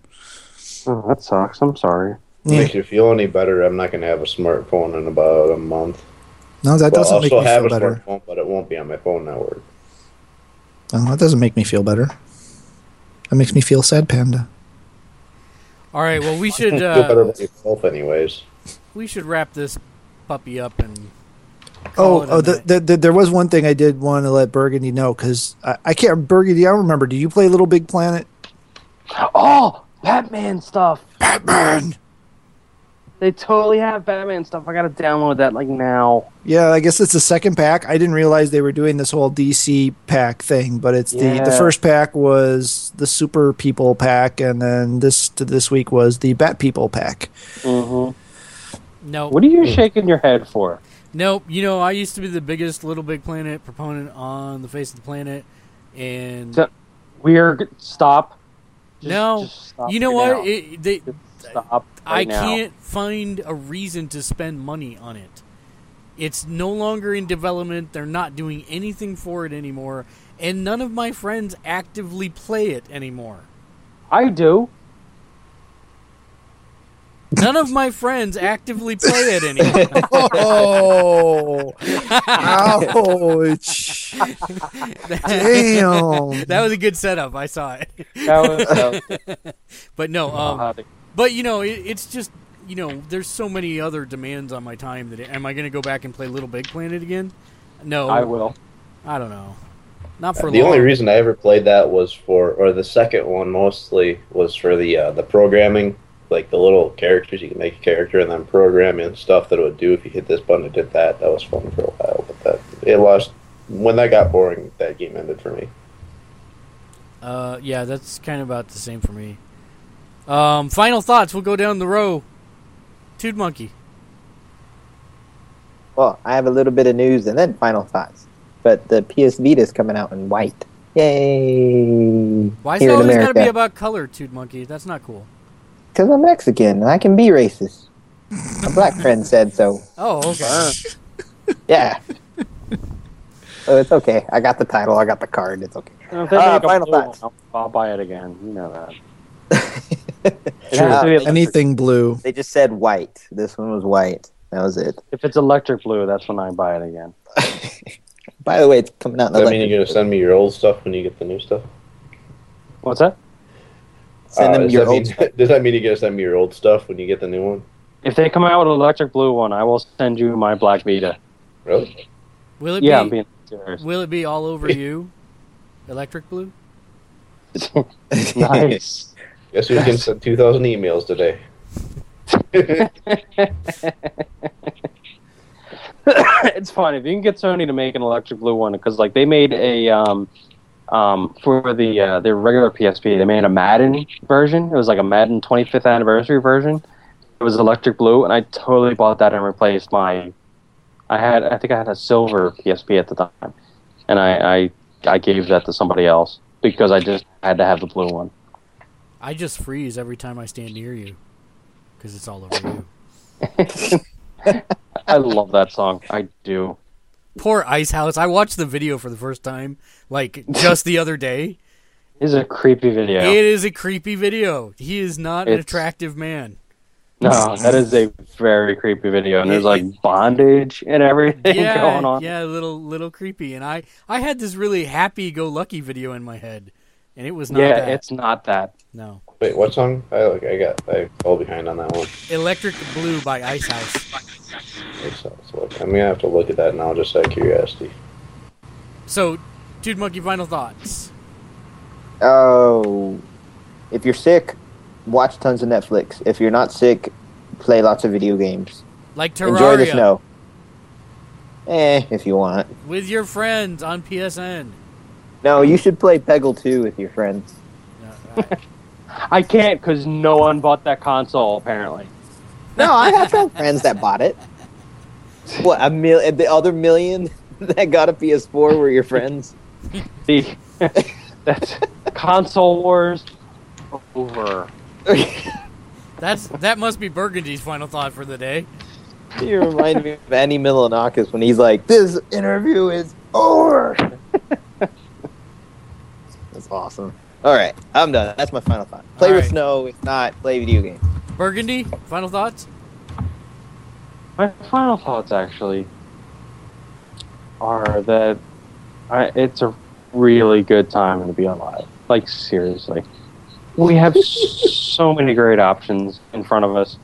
Oh, that sucks. I'm sorry. If it makes you feel any better, I'm not going to have a smartphone in about a month. No, that Well, doesn't I'll make still me have feel a better. smartphone, but it won't be on my phone network. No, that doesn't make me feel better. That makes me feel sad, Panda. All right, well, we should feel better uh, about yourself, anyways. we should wrap this puppy up and call Oh, it a oh the, night. the, the, there was one thing I did want to let Burgundy know because I, I can't. Burgundy, I don't remember. Do you play Little Big Planet? Oh, Batman stuff. Batman. They totally have Batman stuff. I gotta download that like now. Yeah, I guess it's the second pack. I didn't realize they were doing this whole DC pack thing, but it's the the Yeah. first pack was the Super People pack, and then this to this week was the Bat People pack. Mm-hmm. no, What are you shaking your head for? Nope. You know, I used to be the biggest Little Big Planet proponent on the face of the planet, and So- We're g- stop. Just- No, just stop you know right what? now. It, they, Just stop. I right now. can't find a reason to spend money on it. It's no longer in development. They're not doing anything for it anymore, and none of my friends actively play it anymore. I do. None of my friends actively play it anymore. Oh, ouch! Damn. that was a good setup. I saw it, That was, that was but no. Um, chaotic. But you know, it, it's just you know, there's so many other demands on my time that am I going to go back and play Little Big Planet again? No, I will. I don't know. Not for the long. only reason I ever played that was for, or the second one mostly was for the uh, the programming, like the little characters you can make a character and then program in stuff that it would do if you hit this button. It did that. That was fun for a while, but that it lost when that got boring. That game ended for me. Uh, yeah, that's kind of about the same for me. Um, final thoughts. We'll go down the row. Tood Monkey. Well, I have a little bit of news and then final thoughts. But the PS Vita is coming out in white. Yay! Why is it Here in always got to be America. about color, Tood Monkey? That's not cool. Because I'm Mexican and I can be racist. A black friend said so. Oh, okay. Yeah. so it's okay. I got the title. I got the card. It's okay. No, if they Uh, make a final blue one, thoughts. I'll, I'll buy it again. You know that. It Sure. has to be Uh, electric. Anything blue. They just said white. This one was white. That was it. If it's electric blue, that's when I buy it again. By the way, it's coming out in Does that mean electric. you're gonna send me your old stuff when you get the new stuff? What's that? Send Uh, them does your that mean- old stuff. does that mean you're gonna send me your old stuff when you get the new one? If they come out with an electric blue one, I will send you my black Vita. Really? Will it Yeah, I'm be? being serious. will it be all over you? Electric blue. nice. Guess who's gonna send two thousand emails today? it's fine if you can get Sony to make an electric blue one because like they made a um, um, for the uh, their regular PSP they made a Madden version. It was like a Madden 25th anniversary version. It was electric blue, and I totally bought that and replaced my. I had I think I had a silver PSP at the time, and I I, I gave that to somebody else because I just had to have the blue one. I just freeze every time I stand near you because it's all over you. I love that song. I do. Poor Ice House. I watched the video for the first time, like just the other day. It's a creepy video. It is a creepy video. He is not an It's- attractive man. No, that is a very creepy video, and there's like bondage and everything Yeah, going on. yeah, a little little creepy. And I I had this really happy go lucky video in my head, and it was not Yeah, that. it's not that. no Wait, what song? I like, I got I fell behind on that one. Electric Blue by Ice House. Makes sense. Look, I'm gonna have to look at that now just out of curiosity. So, dude, monkey, final thoughts. Oh. If you're sick, watch tons of Netflix. If you're not sick, play lots of video games. Like Enjoy the Terraria snow. Eh, if you want. with your friends on PSN. No, you should play Peggle 2 with your friends. No, I- I can't because no one bought that console apparently. No, I have some friends that bought it. What, a mil- and the other million that got a PS4 were your friends? The that's console wars over. that's that must be Burgundy's final thought for the day. you remind me of Andy Milanakis when he's like, this interview is over. That's awesome. All right, I'm done. That's my final thought. Play All with right. snow. If not, play video games. Burgundy, final thoughts. My final thoughts actually are that I, it's a really good time to be alive. Like seriously, we have so many great options in front of us.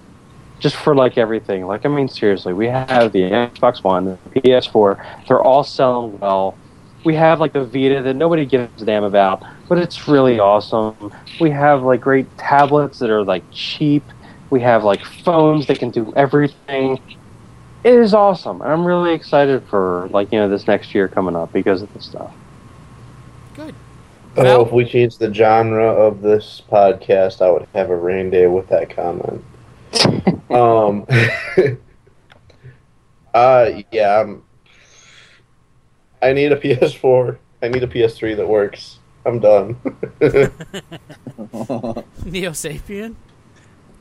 just for like everything. Like I mean, seriously, we have the Xbox One, the PS4. They're all selling well. We have like the Vita that nobody gives a damn about, but it's really awesome. We have like great tablets that are like cheap. We have like phones that can do everything. It is awesome, and I'm really excited for like you know this next year coming up because of this stuff. Good. Oh, if we change the genre of this podcast, I would have a rain day with that comment. um, uh, yeah, I'm, I need a PS4. I need a PS3 that works. I'm done. Neo Sapien.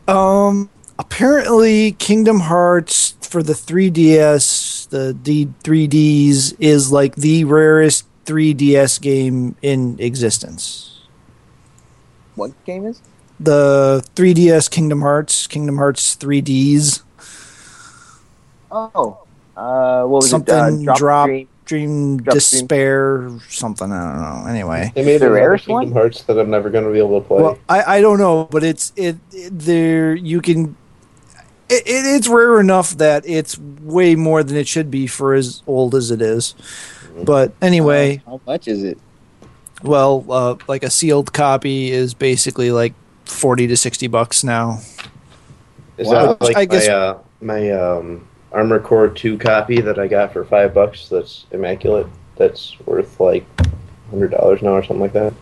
Um, apparently, Kingdom Hearts for the 3DS, the D 3Ds is like the rarest 3DS game in existence. What game is? it? The 3DS Kingdom Hearts, Kingdom Hearts 3Ds, Oh, uh, what was something it? Uh, drop, drop Dream? dream, Drop Dream. despair, something. I don't know. Anyway, They made The another rarest Kingdom one? Hearts that I'm never going to be able to play. Well, I, I don't know, but it's it, it there you can. It, it, it's rare enough that it's way more than it should be for as old as it is. But anyway, Uh, How much is it? well, uh, like a sealed copy is basically like forty to sixty bucks now. Is Wow. that like I guess- my uh, my um, Armor Core two copy that I got for five bucks? That's immaculate. That's worth like hundred dollars now or something like that.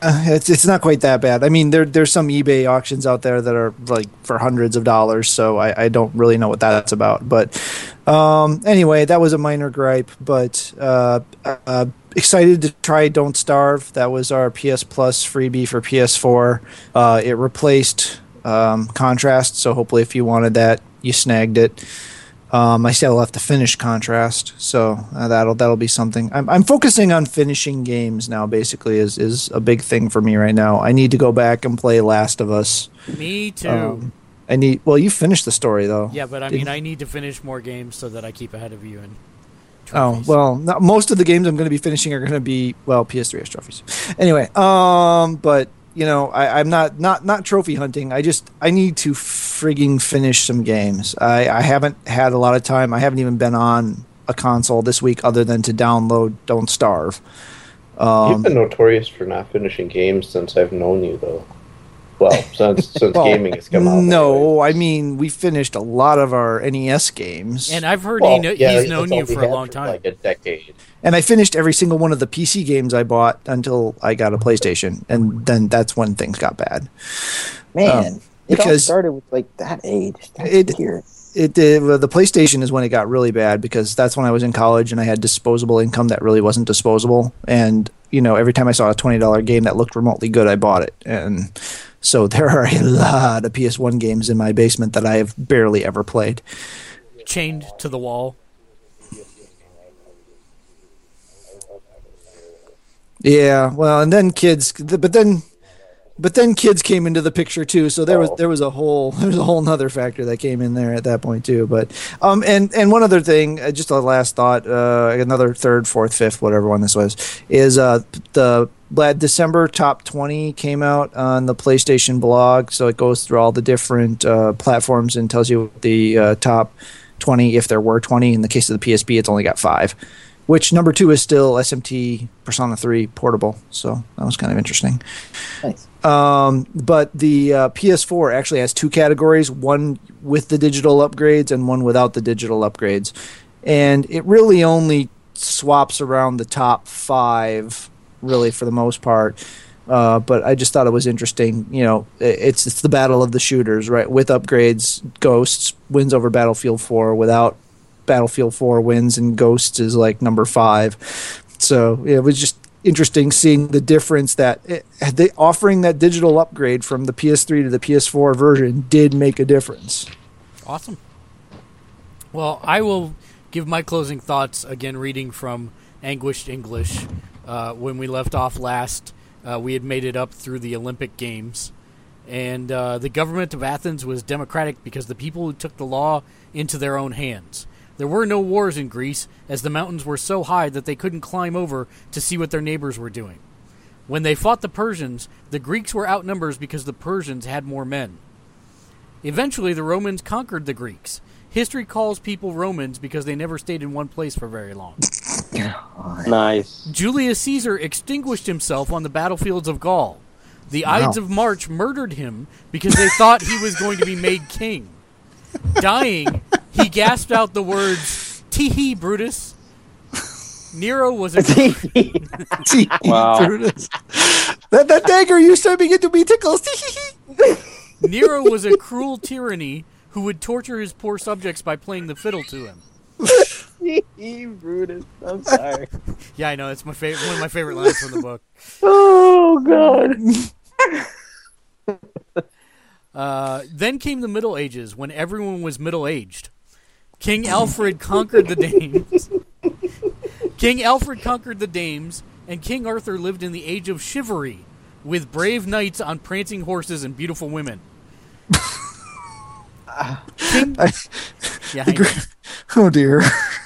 Uh, it's it's not quite that bad. I mean, there there's some eBay auctions out there that are like for hundreds of dollars. So I, I don't really know what that's about. But um, anyway, that was a minor gripe. But uh, uh, excited to try Don't Starve. That was our PS Plus freebie for PS4. Uh, it replaced um, Contrast. So hopefully, if you wanted that, you snagged it. Um, I still have to finish Contrast, so uh, that'll that'll be something. I'm, I'm focusing on finishing games now. Basically, is is a big thing for me right now. I need to go back and play Last of Us. Me too. Um, I need. Well, you finished the story though. yeah, but I did- mean, I need to finish more games so that I keep ahead of you. And Oh well, no, most of the games I'm going to be finishing are going to be well PS3 has trophies. Anyway, um, but you know I, I'm not not not trophy hunting. I just I need to frigging finish some games. I I haven't had a lot of time. I haven't even been on a console this week other than to download Don't Starve. You've Um, been notorious for not finishing games since I've known you, though. Well, since since Well, gaming has come out. no, anyway. I mean we finished a lot of our NES games, and I've heard Well, he kno- yeah, he's that's known all you we for a had long time. like a decade. and I finished every single one of the PC games I bought until I got a PlayStation, and then that's when things got bad. Man, Um, it all because- started with like that age. That's It- weird. it did, well, the PlayStation is when it got really bad because that's when I was in college and I had disposable income that really wasn't disposable. And you know, every time I saw a twenty dollar game that looked remotely good, I bought it. And so there are a lot of PS1 games in my basement that I have barely ever played. Chained to the wall. Yeah, well, and then kids, but then, but then kids came into the picture too. So there was there was a whole there was a whole nother factor that came in there at that point too. But um, and and one other thing, uh, just a last thought, uh, another third, fourth, fifth, whatever one this was, is uh the la- December top twenty came out on the PlayStation blog, so it goes through all the different uh, platforms and tells you the uh, top twenty if there were twenty. In the case of the PSP, it's only got five which number two is still SMT Persona 3 portable. So that was kind of interesting. Nice. Um, but the uh, PS4 actually has two categories one with the digital upgrades and one without the digital upgrades. And it really only swaps around the top five, really, for the most part. Uh, but I just thought it was interesting. You know, i- it's it's the battle of the shooters, right? With upgrades, Ghosts wins over Battlefield 4. Without Battlefield 4 wins and Ghosts is like number five. So it was just interesting seeing the difference that it, they offering that digital upgrade from the PS3 to the PS4 version did make a difference. Awesome. Well, I will give my closing thoughts again, reading from Anguished English. Uh, when we left off last, uh, we had made it up through the Olympic Games. And uh, the government of Athens was democratic because the people who took the law into their own hands. There were no wars in Greece, as the mountains were so high that they couldn't climb over to see what their neighbors were doing. When they fought the Persians, the Greeks were outnumbered because the Persians had more men. Eventually, the Romans conquered the Greeks. History calls people Romans because they never stayed in one place for very long. Nice. Julius Caesar extinguished himself on the battlefields of Gaul. The Ides of March murdered him because they thought he was going to be made king. Dying, he gasped out the words, Tee hee, Brutus. Nero was a Tee, Wow. Brutus. That that dagger you started begin to be tickles. Nero was a cruel tyranny who would torture his poor subjects by playing the fiddle to him. Brutus. I'm sorry. Yeah, I know. It's my favorite. One of my favorite lines from the book. oh god. Uh, then came the Middle Ages, when everyone was middle aged. King Alfred conquered the Danes. King Alfred conquered the Danes, and King Arthur lived in the age of chivalry, with brave knights on prancing horses and beautiful women. King, yeah, I know. Oh dear.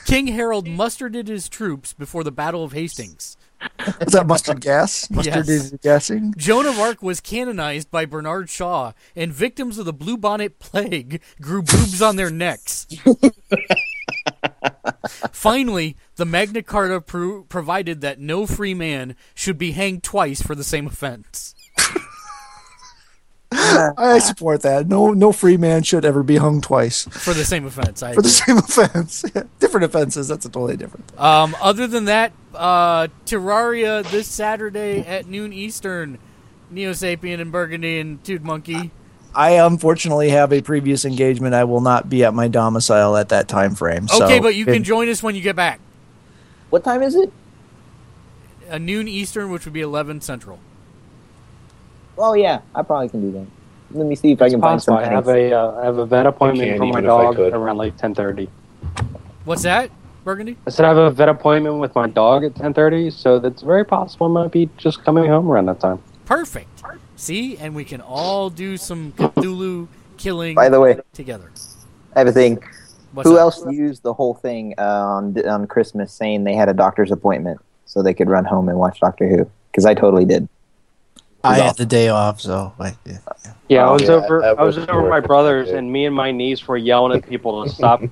King Harold mustered his troops before the Battle of Hastings. Is that mustard gas? Mustard Yes. is gassing. Joan of Arc was canonized by Bernard Shaw, and victims of the bluebonnet plague grew boobs on their necks. Finally, the Magna Carta pro- provided that no free man should be hanged twice for the same offense. I support that. No, no free man should ever be hung twice For the same offense, I for the same offense. different offenses. That's a totally different. Thing. Um, other than that, uh, Terraria this Saturday at noon Eastern. Neo Sapien and Burgundy and Dude Monkey. I unfortunately have a previous engagement. I will not be at my domicile at that time frame. so- Okay, but you can join us when you get back. What time is it? Uh, noon Eastern, which would be 11 Central. Oh yeah, I probably can do that. Let me see if I can find Possible. some I have things. a uh, I have a vet appointment Can't for my even if I dog could. around like ten thirty. What's that, Burgundy? I said I have a vet appointment with my dog at ten thirty, so that's very possible I might be just coming home around that time. Perfect. See, and we can all do some Cthulhu killing By the way, together. I have a thing. What's Who up? else used the whole thing uh, on on Christmas saying they had a doctor's appointment so they could run home and watch Doctor Who? Because I totally did. I had the day off, so I, yeah. Yeah, I Oh, was yeah, over. that I was was over at my horrific. brother's, and me and my niece were yelling at people to stop.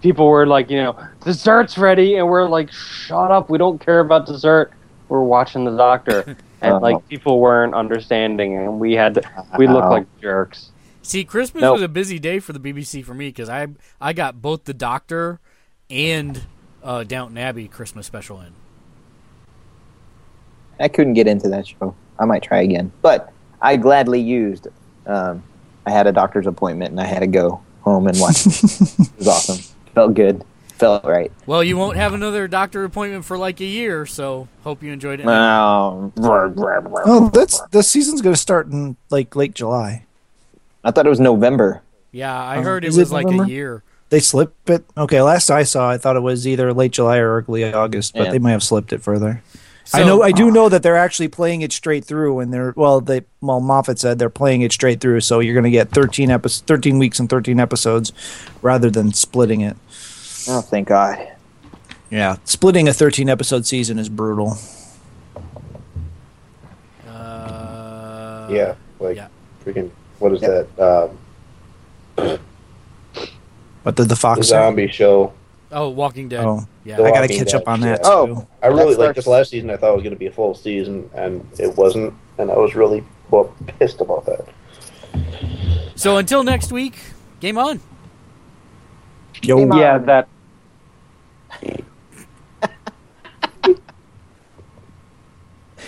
people were like, you know, dessert's ready, and we're like, shut up, we don't care about dessert. We're watching the doctor, and Uh-huh. like people weren't understanding, and we had to, we looked Wow. like jerks. See, Christmas No. was a busy day for the BBC for me because I I got both the Doctor and uh, Downton Abbey Christmas special in. I couldn't get into that show. I might try again, but I gladly used. Um, I had a doctor's appointment and I had to go home and watch. it It was awesome. Felt good. Felt right. Well, you won't have another doctor appointment for like a year, so hope you enjoyed it. Um, Oh, that's the season's going to start in like late July. I thought it was November. yeah, I Um, heard it is it was like a November? year. They slip it. Okay, last I saw, I thought it was either late July or early August, but Yeah. uh, they might have slipped it further. I So- know. I do know that they're actually playing it straight through, and they're well. They well Moffat said they're playing it straight through, so you're going to get 13 episodes, 13 weeks and 13 episodes, rather than splitting it. Oh, thank God. Yeah, splitting a 13 episode season is brutal. Uh, yeah, like yeah. freaking what is that? Um, But the the the Fox. zombie show. Oh, Walking Dead. Oh, yeah. The I got to Walking catch Dead, up on that. yeah. Oh. too. I really That like this starts- last season. I thought it was going to be a full season, and it wasn't, and I was really well pissed about that. So until next week, game on. Yo. Yeah, that